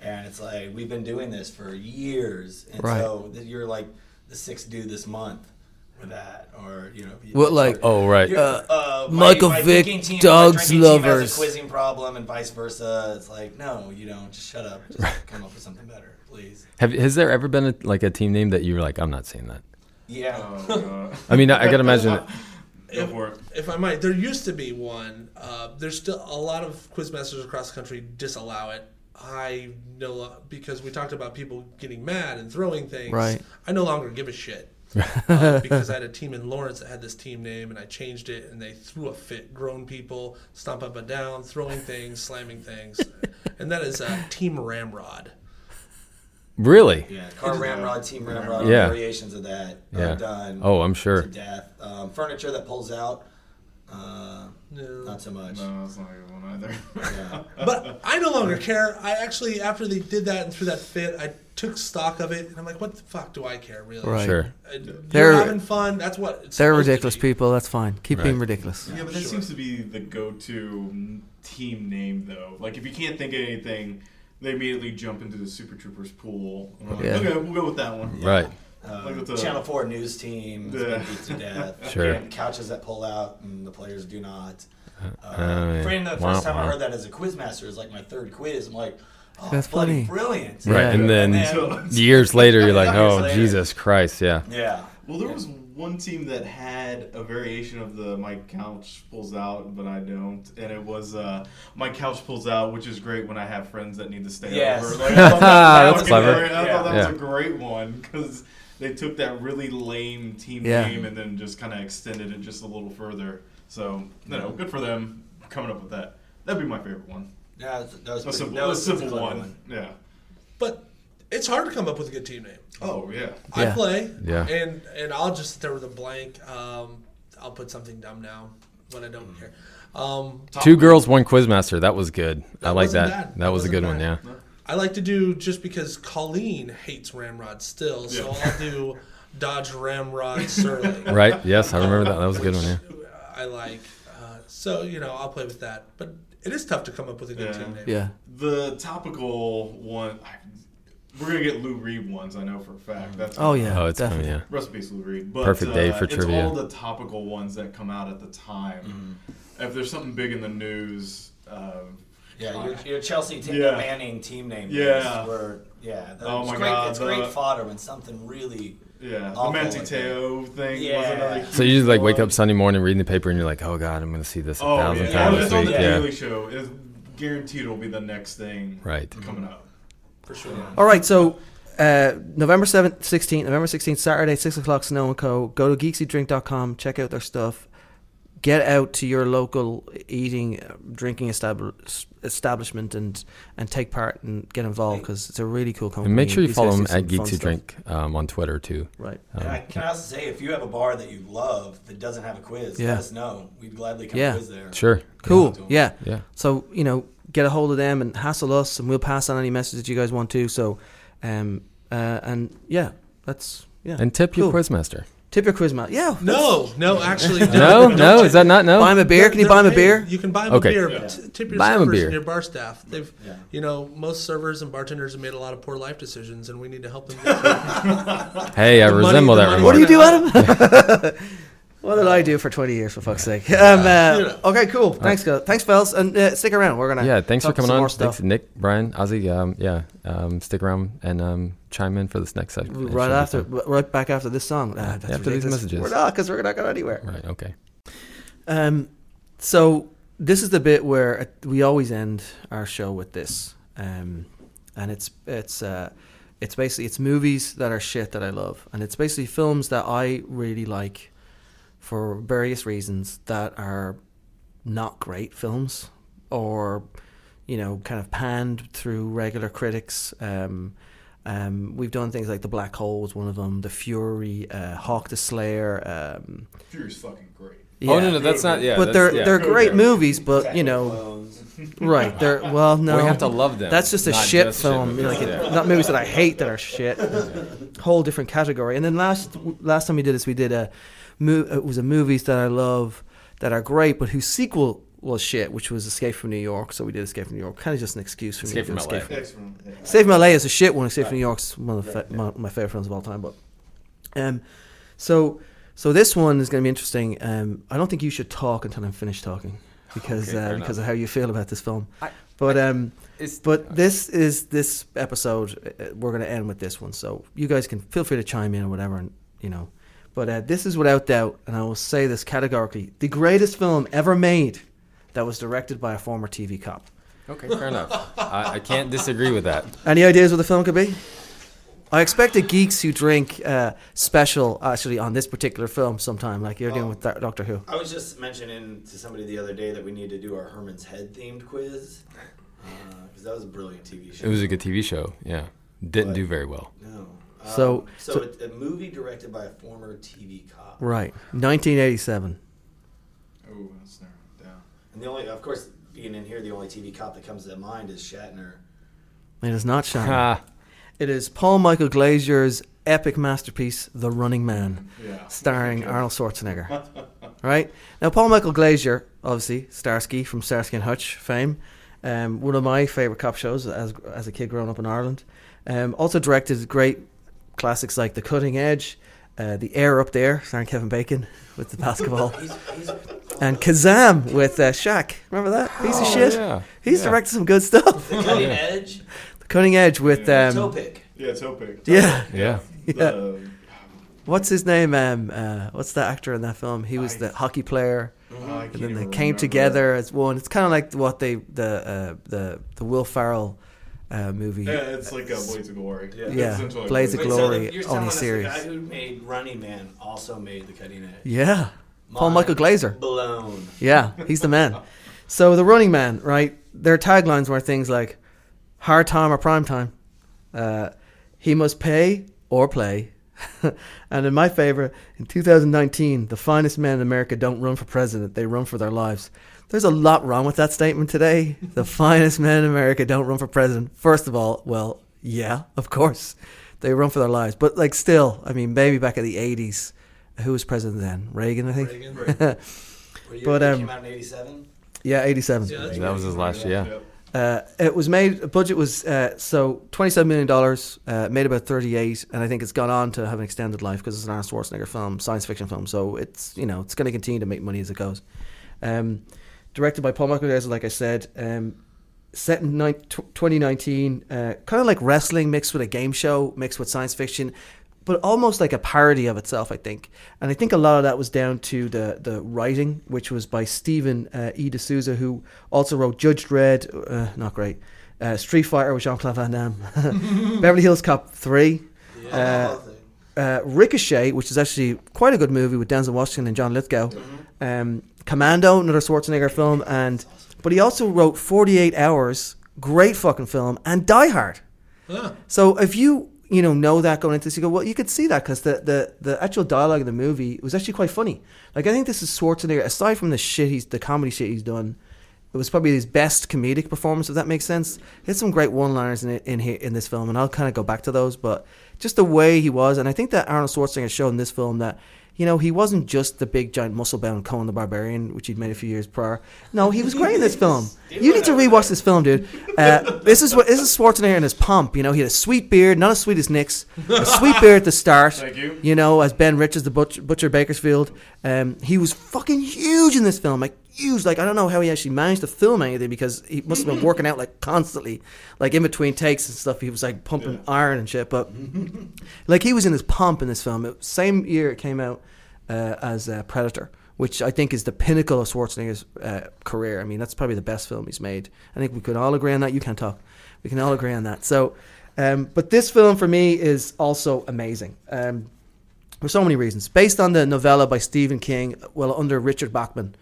and it's like we've been doing this for years and Right. so that you're like the sixth dude this month with that or you know you- What, like- Oh right. you're, uh, my- Michael my Vick, drinking team- my Dogs drinking team has Lovers. a quizzing problem and vice versa it's like no you don't just shut up just come up with something better please Have has there ever been a, like a team name that you were like, I'm not saying that. yeah Oh, I mean, I, I gotta imagine. it. God. Go for it. If I might, there used to be one. Uh, there's still a lot of quizmasters across the country disallow it. I no lo- because we talked about people getting mad and throwing things. Right. I no longer give a shit uh, because I had a team in Lawrence that had this team name and I changed it and they threw a fit. Grown people stomp up and down, throwing things, slamming things, and that is uh, Team Ramrod. Really? Yeah, car ramrod, team ramrod, Yeah. variations of that Yeah. are done Oh, I'm to sure. death. Um, furniture that pulls out. Uh, No. not so much. No, that's not a good one either. Yeah. But I no longer care. I actually, after they did that and threw that fit, I took stock of it, and I'm like, what the fuck do I care, really? Right. Sure. Uh, You're They're- having fun. That's what. It's They're supposed to ridiculous be. people. That's fine. Keep being Right. ridiculous. Yeah, but that Sure. seems to be the go-to team name, though. Like, if you can't think of anything, they immediately jump into the Super Troopers pool. And we're like, Yeah. Okay, we'll go with that one. Right. Uh, Like with the- Channel Four news team has Yeah. been beat to death. Sure. And Couches that pull out and the players do not. Uh, Oh, yeah. Friend, the first Wow, time I wow. heard that as a quizmaster is like my third quiz. I'm like, oh, That's that's funny. bloody brilliant. Right. Yeah. And then And So- years later, you're like, Yeah, years oh, later. Jesus Christ. Yeah. Yeah. Well, there was one team that had a variation of the "my couch pulls out, but I don't," and it was uh, "my couch pulls out," which is great when I have friends that need to stay Yes. over. Like, I thought that Ah, That's was clever. great. I thought that Yeah. was a great one because they took that really lame team Yeah. name and then just kind of extended it just a little further. So, you know, good for them coming up with that. That'd be my favorite one. Yeah, that was- that was A pretty- simple, that a was simple clever one. Yeah. But it's hard to come up with a good team name. Oh yeah. Yeah. I play. Yeah. And and I'll just sit there with a blank. Um, I'll put something dumb now when I Mm. don't care. Um, Two girls, one quizmaster. That was good. I That like wasn't that. bad. That That was a wasn't good one. Yeah. bad. I like to do just because Colleen hates Ramrod still, so Yeah. I'll do Dodge Ramrod Surly. Right. Yes, I remember that. That was a good one. Yeah. I like. Uh, so you know, I'll play with that. But it is tough to come up with a good Yeah. team name. Yeah. The topical one. I, we're gonna get Lou Reed ones. I know for a fact. That's Oh yeah. Oh, it's coming. definitely. Yeah. Rest in peace, Lou Reed. But, Perfect day uh, for it's trivia. all the topical ones that come out at the time. Mm-hmm. If there's something big in the news, um, Yeah, your, your Chelsea team, Yeah. Manning team name. Yeah. Were, yeah. that- Oh it's my great, God, It's the- great fodder when something really. yeah, Awful, the Manti like Teo thing was Yeah. another. So huge you just like wake one. up Sunday morning reading the paper and you're like, oh God, I'm going to see this a Oh thousand yeah, times it's this on week. the Yeah. Daily Show. It's guaranteed it'll be the next thing Right. coming up. for sure. All right. So uh, November 7th, 16th, November 16th, Saturday, 6 o'clock, Snow and Co. Go to geeksydrink.com, check out their stuff. Get out to your local eating, uh, drinking establish- establishment and, and take part and get involved because it's a really cool company. And make sure you These follow guys them do some at Geek fun to stuff. Drink um, on Twitter too. Right. And I can I also say, if you have a bar that you love that doesn't have a quiz, Yeah. let us know. We'd gladly come Yeah. quiz there. Sure. Cool. Yeah. Yeah. Yeah. So you know, get a hold of them and hassle us, and we'll pass on any messages you guys want to. So, um, uh, and yeah, that's yeah. And tip your Cool. quizmaster. Tip your quizma. Yeah. No, no, actually, No, don't no, is tip- that not no? Buy him a beer. Can you buy him a Hey, beer? You can buy them Okay. a beer. Yeah. But t- tip your Buy 'em a servers beer. and your bar staff. They've, Yeah. you know, most servers and bartenders have made a lot of poor life decisions, and we need to help them. Get hey, I money- resemble the that remark. money- What do you do, Adam? what did I do for twenty years? For fuck's sake. Um, uh, okay. Cool. Thanks, guys. Thanks, fellas, and uh, stick around. We're gonna yeah, thanks for talk coming some on. More stuff. Thanks, Nick, Brian, Ozzy. Um, yeah, um, stick around and um, chime in for this next segment. It should Right be after, fun. right back after this song. Ah, that's After these ridiculous. messages. we're not because we're not going anywhere. Right. Okay. Um, so this is the bit where uh, we always end our show with this, um, and it's it's uh, it's basically it's movies that are shit that I love, and it's basically films that I really like for various reasons that are not great films or you know kind of panned through regular critics. Um, um, we've done things like The Black Hole was one of them, The Fury, uh, Hawk the Slayer. Um, Fury's fucking great. Oh yeah no, no, that's not. Yeah, but they're they're Go great there. movies, but you know, Clones. right? They're well, no, have to love them, That's just a not shit just shit film, movies, like it- yeah. not movies that I hate that are shit. Whole different category. And then last last time we did this, we did a mo- it was a movies that I love that are great, but whose sequel was shit, which was Escape from New York. So we did Escape from New York, kind of just an excuse for Escape me to do from LA. Excellent. Yeah. Escape from LA is a shit one. Escape from New York's one of the fa- my, my favorite films of all time. But um, so so this one is going to be interesting. Um, I don't think you should talk until I'm finished talking because Okay, fair uh, enough. because of how you feel about this film. I- but um, It's- but this is this episode. uh, We're going to end with this one. So you guys can feel free to chime in or whatever, and you know. But uh, this is without doubt, and I will say this categorically: the greatest film ever made that was directed by a former TV cop. Okay, fair enough. I, I can't disagree with that. Any ideas what the film could be? I expect a Geeks Who Drink uh, special actually on this particular film sometime, like you're doing with Do- Doctor Who. I was just mentioning to somebody the other day that we need to do our Herman's Head themed quiz because that was a brilliant TV show. It was a good TV show. Yeah, didn't do very well. No. So- Um, so, so- it's a movie directed by a former TV cop. Right. 1987. Oh, Ooh, that's narrowing it down. And the only, of course, being in here, the only TV cop that comes to mind is Shatner. It is not Shatner. Ah, It is Paul Michael Glazier's epic masterpiece, The Running Man, Yeah. starring Arnold Schwarzenegger. right now, Paul Michael Glazier, obviously Starsky from Starsky and Hutch fame, um, one of my favorite cop shows as as a kid growing up in Ireland. Um, also directed great classics like The Cutting Edge, uh, The Air Up There, starring Kevin Bacon with the basketball, and Kazam with uh, Shaq. Remember that piece of Oh, shit? yeah. He's Yeah. directed some good stuff. The Cutting Edge, the Cutting Edge with Yeah. um, Topic. Yeah, it's Topic. yeah. yeah. Yeah. The, What's his name? Um, uh, what's that actor in that film? He was I- the hockey player, I can't and then they even came remember. together as one. It's kind of like what they the uh, the the Will Ferrell uh, movie. Yeah, it's like a Blades of Glory. Yeah. That's Yeah, essentially what Blades it of is. Wait, so Glory the- you're only telling us series. The guy who made Running Man also made The Cutting Edge. Yeah. Paul Mind Michael Glazer. Blown. Yeah, he's the man. So the Running Man, right? Their taglines were things like "Hard time or prime time." Uh, he must pay or play. and in my favor, in 2019, the finest men in America don't run for president; they run for their lives. There's a lot wrong with that statement today. The finest men in America don't run for president. First of all, well, yeah, of course, they run for their lives. But like, still, I mean, maybe back in the 80s, who was president then? Reagan, I think. Reagan. What year But, did it um, came out in '87. Yeah, 87. Yeah, that's That was his last year. Yeah. Yep. Uh, it was made. The budget was uh, so twenty-seven million dollars. Uh, made about thirty-eight, and I think it's gone on to have an extended life because it's an Arnold Schwarzenegger film, science fiction film. So it's you know it's going to continue to make money as it goes. Um, directed by Paul Michael Glazer, like I said. Um, set in nine, tw 2019, uh, kind of like wrestling mixed with a game show, mixed with science fiction, but almost like a parody of itself, I think. And I think a lot of that was down to the, the writing, which was by Stephen uh, E. D'Souza, who also wrote Judge Dredd, uh, not great, uh, Street Fighter with Jean Claude Van Damme, Beverly Hills Cop 3. Uh, uh, Ricochet, which is actually quite a good movie with Denzel Washington and John Lithgow, um, Commando, another Schwarzenegger film, and but he also wrote Forty Eight Hours, great fucking film, and Die Hard. Yeah. So if you you know know that going into this, you go well, you could see that because the, the the actual dialogue in the movie was actually quite funny. Like I think this is Schwarzenegger, aside from the shit he's the comedy shit he's done. It was probably his best comedic performance, if that makes sense. He had some great one-liners in it, in here in this film, and I'll kind of go back to those. But just the way he was, and I think that Arnold Schwarzenegger showed in this film that you know he wasn't just the big giant muscle-bound Conan the Barbarian, which he'd made a few years prior. No, he was great in this film. You need to rewatch this film, dude. Uh, this is what this is Schwarzenegger in his pomp. You know, he had a sweet beard, not as sweet as Nick's, a sweet beard at the start. Thank you. You know, as Ben Richards, the butcher, butcher Bakersfield, um, he was fucking huge in this film, like huge. Like I don't know how he actually managed to film anything because he must have been working out like constantly, like in between takes and stuff. He was like pumping iron and shit, but like he was in his pomp in this film. It, same year it came out uh, as uh, Predator, which I think is the pinnacle of Schwarzenegger's uh, career. I mean, that's probably the best film he's made. I think we could all agree on that. You can talk. We can all agree on that. So, um, but this film for me is also amazing. Um, for so many reasons. Based on the novella by Stephen King, well, under Richard Bachman,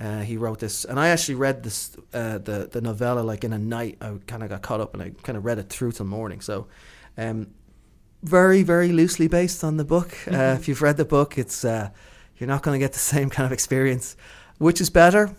uh, he wrote this, and I actually read this uh, the the novella like in a night. I kind of got caught up and I kind of read it through till morning. So, um, very very loosely based on the book. Uh, if you've read the book, it's uh, you're not going to get the same kind of experience. Which is better?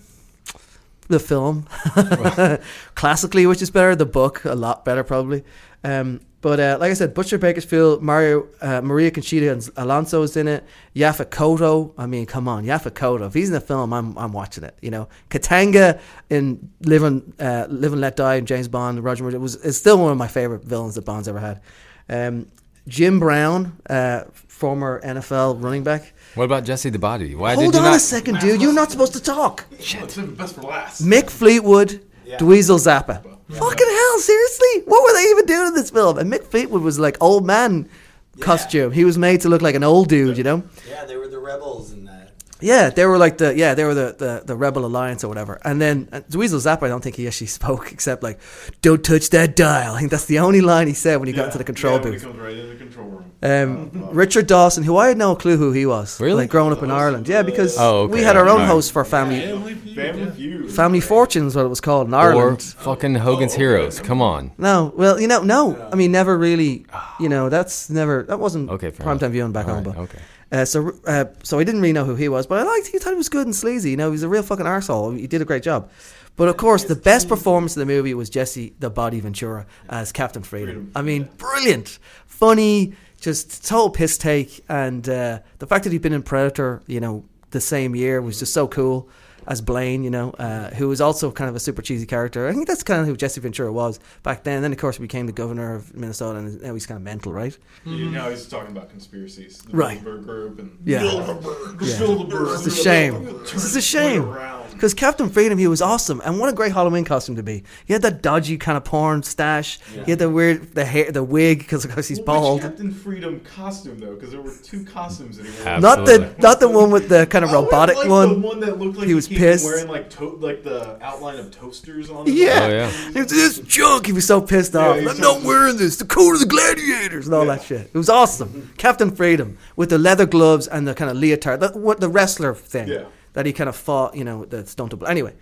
The film, classically, which is better. The book, a lot better probably. Um, but uh, like I said, Butcher Bakersfield, Mario, uh, Maria Conchita, and Alonso is in it. Yaphet Kotto. I mean, come on, Yaphet Kotto. If he's in the film, I'm, I'm watching it. You know, Katanga in Live and uh, Live and Let Die and James Bond, Roger Moore. It was it's still one of my favorite villains that Bond's ever had. Um, Jim Brown, uh, former NFL running back. What about Jesse the Body? Why Hold did on you not? a second, dude. You're not supposed to talk. Well, it's been best for last. Mick Fleetwood, Yeah. Dweezil Zappa. Fucking hell, seriously? What were they even doing in this film? And Mick Fleetwood was like old man costume. He was made to look like an old dude, you know? Yeah, they were the rebels in that. Yeah, they were like the yeah, they were the, the, the rebel alliance or whatever. And then uh, Dweezil Zappa, I don't think he actually spoke except like, "Don't touch that dial." I think that's the only line he said when he got into the control yeah, when he booth. comes right into the control room. Um, Oh, wow. Richard Dawson, who I had no clue who he was, Really? like growing up in Ireland. Yeah, because Oh, okay. we had our own Right. host for family Family Feud. Family yeah. Feud. family fortunes, what it was called in Or Ireland. fucking Hogan's Oh, okay. Heroes. Come on. No, well, you know, no. I mean, never really. You know, that's never. That wasn't Ah. Okay, fair prime enough. time viewing back All on, right, but okay. Uh, so uh, so I didn't really know who he was, but I liked. He thought he was good and sleazy. You know, he's a real fucking arsehole. He did a great job. But of course, the best performance in the movie was Jesse the Body Ventura as Captain Freedom. Freedom, I mean, brilliant, funny, just total piss take, and uh, the fact that he'd been in Predator, you know, the same year was just so cool. As Blaine, you know, uh, who was also kind of a super cheesy character. I think that's kind of who Jesse Ventura was back then. Then, of course, he became the governor of Minnesota, and now he's kind of mental, right? You know, he's talking about conspiracies. The Mm-hmm. Right. Bilderberg Group and Yeah. Bilderberg, Yeah. Bilderberg. It's a shame. Turn This is a it shame. around. Because Captain Freedom, he was awesome, and what a great Halloween costume to be. He had that dodgy kind of porn stash. He had the weird the hair, the wig, because of course he's Well, bald. Which Captain Freedom costume though? Because there were two costumes that he wore. Ab- Not the Absolutely. not the one with the kind of I always robotic liked one. The one that looked like He was came in pissed. Wearing like to- like the outline of toasters on. his Yeah. Oh, back. yeah. He was this junk. He was so pissed off. he's I'm so- not wearing this. The coat of the gladiators and all Yeah. that shit. It was awesome. Captain Freedom with the leather gloves and the kind of leotard, the, what the wrestler thing Yeah. that he kind of fought. You know, the stunt double. Anyway,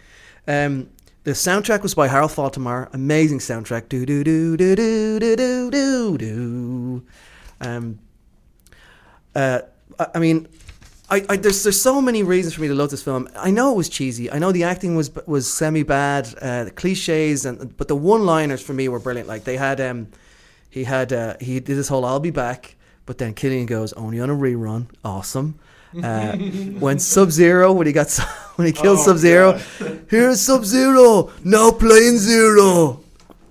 um, the soundtrack was by Harold Faltermeyer. Amazing soundtrack. Do do do do do do do do do. Um, uh, I, I mean, I, I there's there's so many reasons for me to love this film. I know it was cheesy. I know the acting was was semi bad, uh, the cliches, and but the one liners for me were brilliant. Like they had, um, he had uh, he did this whole "I'll be back," but then Killian goes only on a rerun. Awesome. Uh, when Sub Zero, when he got when he killed Oh, Sub Zero, here's Sub Zero now playing Zero.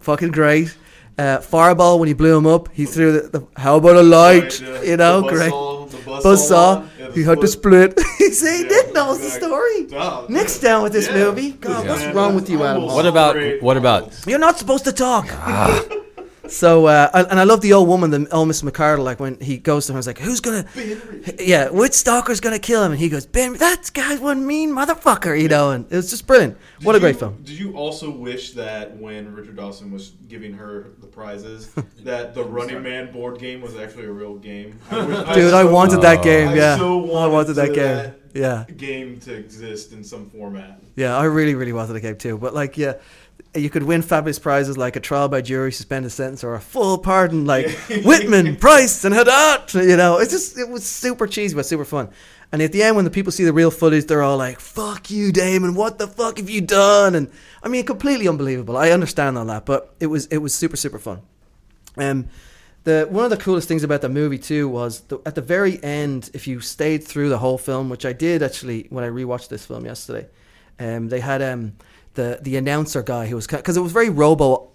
Fucking great. Uh, Fireball when he blew him up, he threw the, the how about a light? Right, yeah. you know, the great. buzzsaw- the buzzsaw Buzzsaw. one. Yeah, he had to split. split. You See, Yeah, Nick knows exactly. the story. Oh, Nick's yeah. down with this Yeah. movie. God, Yeah. what's Man, wrong with you, I animals? will What about- separate what about- animals. You're not supposed to talk. Ah. so, uh, and- and I love the old woman, the old Miss McCardle. Like when he goes to her, he's like, "Who's gonna? Yeah, which stalker's gonna kill him?" And he goes, "Ben, that guy's one mean motherfucker," you know. And it was just brilliant. Did What a great you- film. Did you also wish that when Richard Dawson was giving her the prizes, that the Running Man board game was actually a real game? I wish- Dude, I so- wanted that game. I yeah, so I wanted that to- game. yeah. game to exist in some format. Yeah, I really, really wanted a game too. But like, yeah, you could win fabulous prizes like a trial by jury, suspended sentence, or a full pardon, like Whitman, Price, and Haddad. You know, it's just it was super cheesy but super fun. And at the end, when the people see the real footage, they're all like, "Fuck you, Damon! What the fuck have you done?" And I mean, completely unbelievable. I understand all that, but it was it was super, super fun. Um, the one of the coolest things about the movie too was the, at the very end, if you stayed through the whole film, which I did actually when I rewatched this film yesterday, um, they had um, the the announcer guy who was because it was very Robo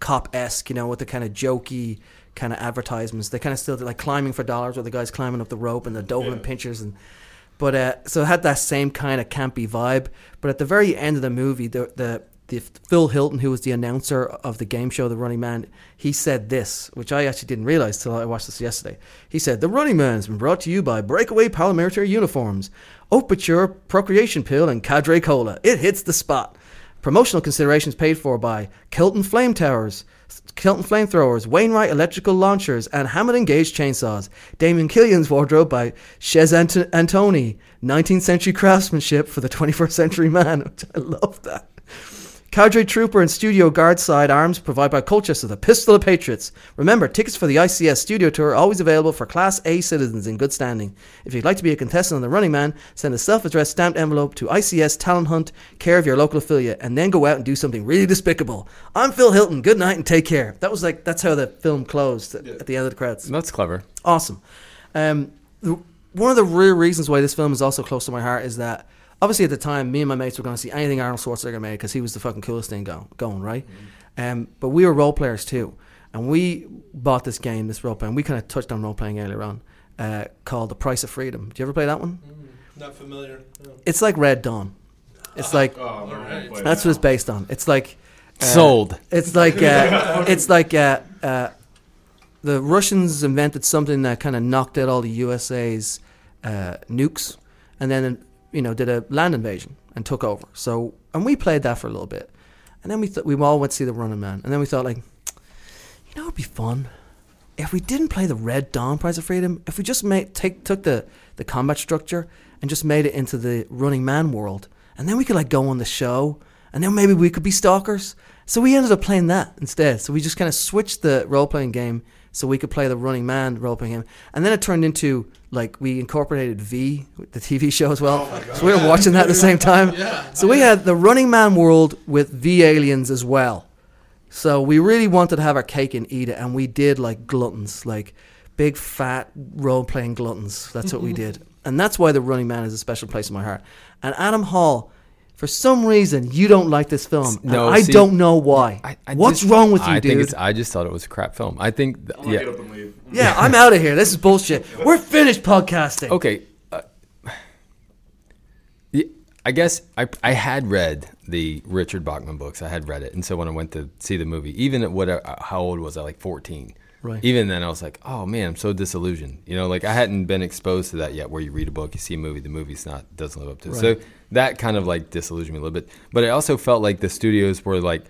Cop esque, you know, with the kind of jokey kind of advertisements. They kind of still did, like climbing for dollars, where the guy's climbing up the rope and the Doberman Yeah. pinchers and. But uh, so it had that same kind of campy vibe. But at the very end of the movie, the the, the Phil Hilton, who was the announcer of the game show The Running Man, he said this, which I actually didn't realize till I watched this yesterday. He said, "The Running Man has been brought to you by Breakaway Paramilitary Uniforms, Opature Procreation Pill, and Cadre Cola. It hits the spot." Promotional considerations paid for by Kelton Flame Towers, Kelton Flamethrowers, Wainwright Electrical Launchers, and Hammond and Gage Chainsaws. Damien Killian's wardrobe by Chez Ant- Antoni. 19th century craftsmanship for the 21st century man. Which I love that. Cadre Trooper and Studio Guard Side arms provided by Colchester, the Pistol of Patriots. Remember, tickets for the ICS Studio Tour are always available for Class A citizens in good standing. If you'd like to be a contestant on The Running Man, send a self addressed stamped envelope to ICS Talent Hunt, care of your local affiliate, and then go out and do something really despicable. I'm Phil Hilton. Good night and take care. That was like, that's how the film closed at, at the end of the credits. That's clever. Awesome. Um, the, one of the real reasons why this film is also close to my heart is that obviously at the time, me and my mates were going to see anything Arnold Schwarzenegger made because he was the fucking coolest thing go, going, right? Um, but we were role players too, and we bought this game, this role playing. We kind of touched on role playing earlier on, uh, called The Price of Freedom. Do you ever play that one? Not familiar. No. It's like Red Dawn. It's like Oh, no, right. wait, that's what it's no. based on. It's like Sold. it's like uh, it's like uh, uh, the Russians invented something that kind of knocked out all the USA's uh, nukes, and then you know did a land invasion and took over. So and we played that for a little bit, and then we th- we all went to see the Running Man, and then we thought like, you know, it'd be fun if we didn't play the Red Dawn Prize of Freedom. If we just made take took the the combat structure and just made it into the Running Man world, and then we could like go on the show, and then maybe we could be stalkers. So we ended up playing that instead. So we just kind of switched the role playing game So we could play the running man role playing game, and then it turned into like we incorporated V, the TV show as well. so we were watching that at the same time. Yeah. So we had the running man world with V aliens as well. So we really wanted to have our cake and eat it, and we did like gluttons, like big fat role playing gluttons. That's what we did, and that's why the Running Man is a special place in my heart. And Adam Hall, for some reason, you don't like this film. and No, I see, don't know why. I- I What's just- wrong with you, I dude? Think it's, I just thought it was a crap film. I think, th- I'm gonna yeah. get up and leave. yeah, I'm out of here. This is bullshit. We're finished podcasting. Okay. Uh, yeah, I guess I, I had read the Richard Bachman books. I had read it. And so when I went to see the movie, even at what, I- how old was I? Like 14. Right. Even then, I was like, oh man, I'm so disillusioned. You know, like I hadn't been exposed to that yet where you read a book, you see a movie, the movie's not, doesn't live up to it. So that kind of like disillusioned me a little bit. But I also felt like the studios were like,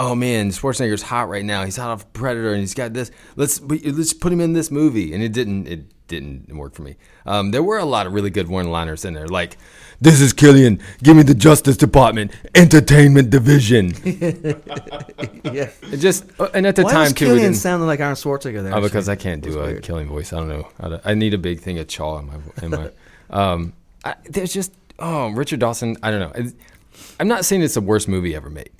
oh man, Schwarzenegger's hot right now. He's hot off Predator, and he's got this. Let's we- let's put him in this movie, and it didn't. It didn't work for me. Um, there were a lot of really good one-liners in there, like "This is Killian. Give me the Justice Department, Entertainment Division." Yeah. It just uh, and at the Why time was too, we Killian didn't. sounding like Aaron Schwarzenegger there? oh, because actually? I can't do a weird. Killian voice. I don't know. I, don't- I need a big thing of chaw in my. vo- In my um, I, there's just oh Richard Dawson. I don't know. It's- I'm not saying it's the worst movie ever made.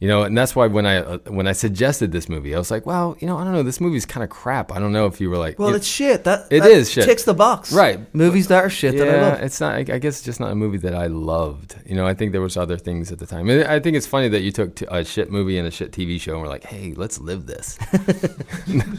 You know, and that's why when I uh, when I suggested this movie, I was like, well, you know, I don't know. This movie's kind of crap. I don't know if you were like, Well, you- it's shit. That It that is shit. Ticks the box. Right. Movies that are shit that I yeah, love. it's not. I I guess it's just not a movie that I loved. You know, I think there was other things at the time. And I think it's funny that you took t- a shit movie and a shit TV show and were like, "Hey, let's live this." you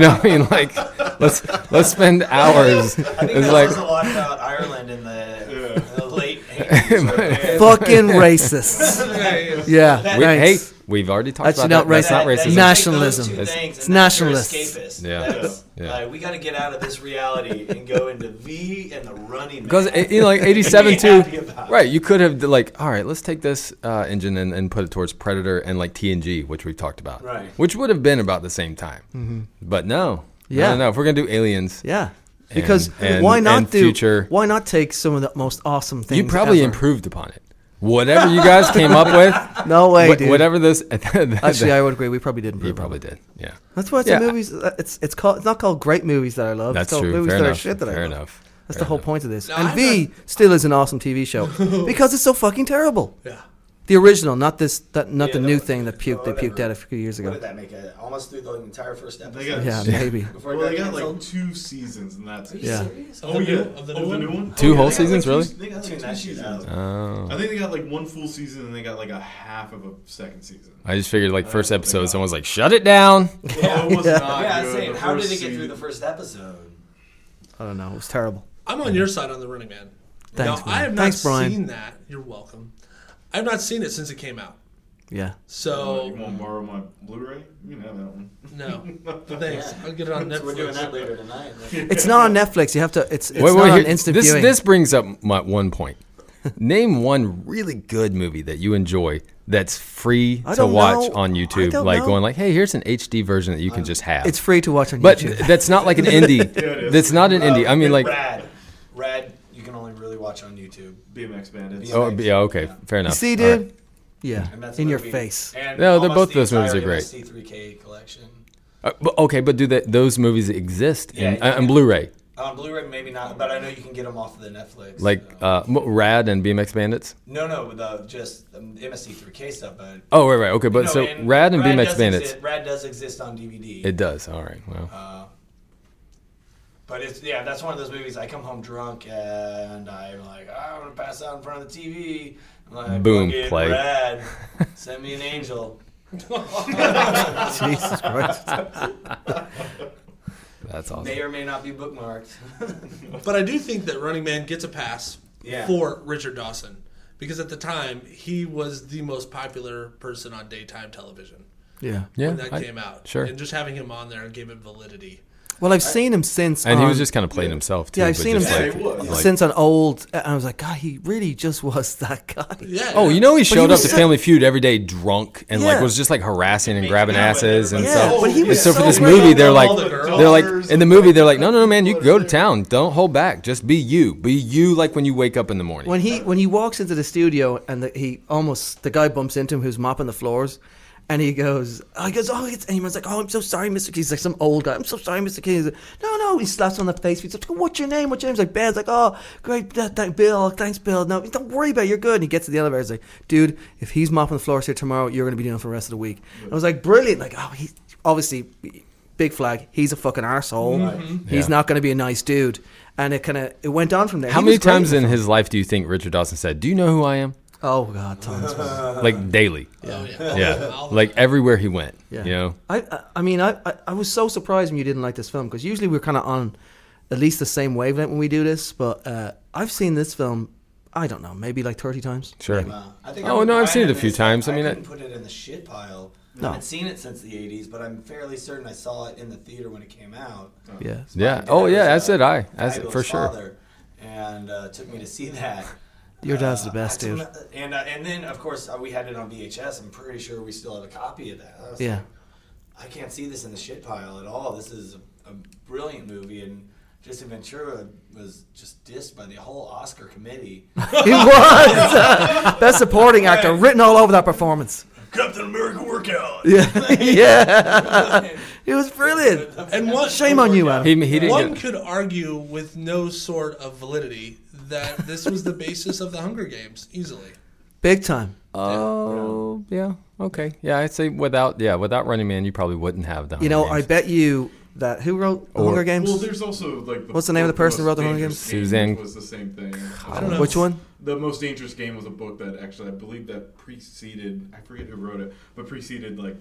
know, what I mean, like, let's let's spend hours. I think It's this like, was a lot about Ireland in the, the late 80s. right? Fucking racists. Yeah. we, hey, thanks. we've already talked That's not about that. That's racist. not That- that racism. you take those Nationalism. two It's- things it's and that's your nationalist. escapist. Yeah. That's- Yeah. like, we got to get out of this reality and go into V and the running. Because Man. you know, like '87 Be too, happy about it. right? You could have like, all right, let's take this uh, engine and, and put it towards Predator and like TNG, which we've talked about, Right. Which would have been about the same time, but no, Mm-hmm. Yeah. no, no, no. If we're gonna do Aliens, Yeah. Because and- why not and do future- why not take some of the most awesome things? you probably ever? improved upon it. Whatever you guys came up with, No way, wha- dude. whatever this, that- Actually, I would agree. We probably did improve. you on probably it. did, yeah. That's why it's Yeah. a movies. uh, It's it's called. It's not called great movies that I love. That's it's called true. Movies Fair that enough. are shit that Fair I love. enough. That's Fair the whole enough. point of this. No, and I'm V still is an awesome TV show because it's so fucking terrible. Yeah. The original, not this, that, not Yeah, the that new was- thing that puked. They puked whatever. out a few years What ago. did that make it? Almost through the entire first episode. They got- Yeah, Yeah. maybe. Before Well, it they got got like canceled? two seasons, and that's it. Yeah. serious? Oh Of the yeah, new- of the Oh, new the one? new one. Two Oh, whole yeah, they got, like, seasons, two- really? They got like, Tune two that shit seasons. out. Oh. I think they got like one full season, and they got like a half of a second season. I just figured like first episode, someone's like, "Shut it down." Yeah, it was not Yeah, I good. was saying, The how did first it get through season- the first episode? I don't know. It was terrible. I'm on your side on the Running Man. Thanks, now, man. I have Thanks, not Brian. seen that. You're welcome. I've not seen it since it came out. Yeah. Oh, you So want to borrow my Blu-ray? You can have that one. no, But thanks. Yeah. I'll get it on Netflix. So we're doing that later tonight. It's not on Netflix. You have to. It's, it's not on here- instant this, viewing. This brings up my one point. Name one really good movie that you enjoy that's free I to don't watch know. on I YouTube. don't Like know. Um, going like, hey, here's an HD version that you can just have. it's free to watch on but YouTube. that's not like an indie. it is. that's not an indie. I mean, like, Oh, Rad. Rad, you can only really watch on YouTube. BMX Bandits. oh, yeah, okay, fair enough. You see, All right. dude. Yeah. And that's In a your movie- face. And No, they're almost both- those the movies are entire great. C3K collection. Uh, but, okay, but do that? Those movies exist Yeah, in, yeah, uh, in yeah. Blu-ray, On Blu-ray, maybe not, but I know you can get them off of the Netflix. like so. uh, M- Rad and BMX Bandits. no, no, with the just um, MSC3K stuff, but Oh, right, right, okay. But No, so Rad and BMX does Bandits, exist- Rad does exist on DVD. it does. All right, well, Uh, but it's yeah, that's one of those movies. I come home drunk and I'm like, "Ah, I'm gonna pass out in front of the TV. I'm like, Boom, "Fucking play. Rad, send me an angel. Jesus Christ. that's awesome. May or may not be bookmarked. But I do think that Running Man gets a pass Yeah. for Richard Dawson because at the time he was the most popular person on daytime television Yeah. yeah, when that I- came out. Sure. and just having him on there gave it validity. Well, I've seen him since. And he on- was just kind of playing himself too. Um, Yeah, I've but seen him just Yeah, like- he was. like- since on old. and I was like, God, he really just was that guy. Yeah. oh, you know, he showed up was to so- Family Feud every day drunk and like Yeah. was just like harassing and grabbing Yeah, asses and Yeah, stuff. but he was and so, so for this great. movie, they're All like, the girls. they're like in the movie, they're like, no, no, no, man, you What go to is it? town. Don't hold back. Just be you. Be you like when you wake up in the morning. When he when he walks into the studio and the, he almost the guy bumps into him who's mopping the floors, And he goes, oh, he goes, oh, it's and Eamon's like, oh, I'm so sorry, Mr. King. He's like some old guy. I'm so sorry, Mr. King. He's like, no, no. He slaps him on the face. He's like, what's your name? What's your name? He's like, Ben's like, oh, great, th- th- Bill. Thanks, Bill. No, don't worry about it. You're good. And he gets to the elevator. He's like, dude, if he's mopping the floors here tomorrow, you're going to be doing it for the rest of the week. And I was like, brilliant. Like, oh, he obviously, big flag. He's a fucking asshole. He's Yeah. not going to be a nice dude. And it kind of it went on from there. How He many was great times the in film. his life do you think Richard Dawson said, "Do you know who I am?" Oh God, tons. man. Like daily. Oh, yeah. Yeah. Like everywhere he went. Yeah. You know. I, I, I mean, I, I, I was so surprised when you didn't like this film because usually we're kind of on at least the same wavelength when we do this. But uh, I've seen this film, I don't know, maybe like 30 times. Sure. Wow. I think Oh, I'm no, I've with seen it Ryan a on few this. times. I I mean, I- couldn't put it in the shit pile. No. I haven't seen it since the '80s, but I'm fairly certain I saw it in the theater when it came out. Yeah. It's my Yeah. dad Oh yeah. was, As uh, did I. As Igo's for sure. father, and uh, took me to see that. Your dad's the Uh, best, I took dude. him- And uh, and then of course uh, we had it on VHS. I'm pretty sure we still had a copy of that. I was Yeah. like, I can't see this in the shit pile at all. This is a, a brilliant movie, and Justin Ventura was just dissed by the whole Oscar committee. He was! Best supporting actor, written all over that performance. Captain America workout. Yeah. yeah. it was brilliant. And one, Shame on you, Adam. He, he didn't. one get- could argue with no sort of validity that this was the basis of the Hunger Games easily. Big time. Oh yeah. Okay. Yeah. I'd say without yeah without Running Man, you probably wouldn't have the. You know, I Hunger Games. bet you that who wrote The Oh, Or- Hunger Games? Well, there's also like the What's the name of the person who wrote Most the Hunger Dangerous Games? Game Suzanne- Was the same thing. I don't know. Which one? The most dangerous game was a book that actually I believe that preceded. I forget who wrote it, but preceded like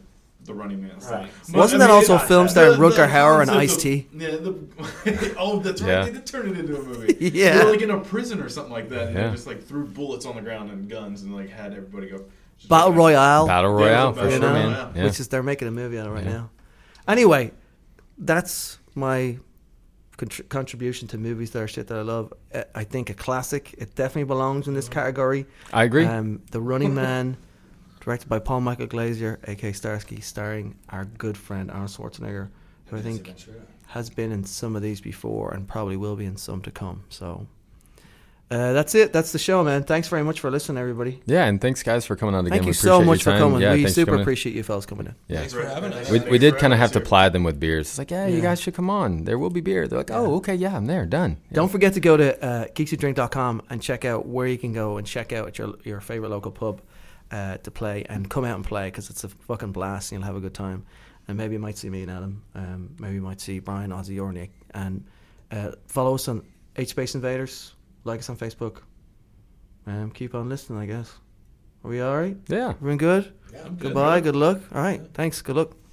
the Running Man. stuff. Right. But, Wasn't I that mean, also it- film the- starring the Rutger Hauer and concept of- Ice-T? Yeah. The, oh, that's right. Yeah. They did turn it into a movie. Yeah. They were like in a prison or something like that, and Yeah. they just like threw bullets on the ground and guns and like had everybody go. Battle Royale. Battle Yeah, it was Royale a for Battle sure, Royale, man. Yeah. which is they're making a movie out of it right Yeah. now. Anyway, that's my contr contribution to movies that are shit that I love. Uh, I think a classic. It definitely belongs in this category. I Mm-hmm. agree. Um, the Running Man, directed by Paul Michael Glazier, aka Starsky, starring our good friend Arnold Schwarzenegger, who I think has been in some of these before and probably will be in some to come. So. Uh, that's it. That's the show, man. Thanks very much for listening, everybody. yeah. And thanks guys for coming on again. Thank we you so appreciate much your for time. coming. Yeah, we thanks for super coming. appreciate you fellas coming in. Yeah. Thanks for having us. We, Thanks we did for kind of having have us to here. ply them with beers. It's like, yeah, you Yeah. guys should come on. There will be beer. They're like, oh, okay, yeah, I'm there, done. Yeah. Don't forget to go to uh, geeksydrink.com and check out where you can go and check out your your favorite local pub uh, to play and come out and play because it's a fucking blast and you'll have a good time. And maybe you might see me and Adam. Um, maybe you might see Brian, Ozzy, or Nick. And uh, follow us on H Space Invaders. Like us on Facebook. Um, keep on listening, I guess. Are we all right? Yeah. Everyone good? Yeah, I'm Goodbye. Good luck. All right. Thanks. Good luck.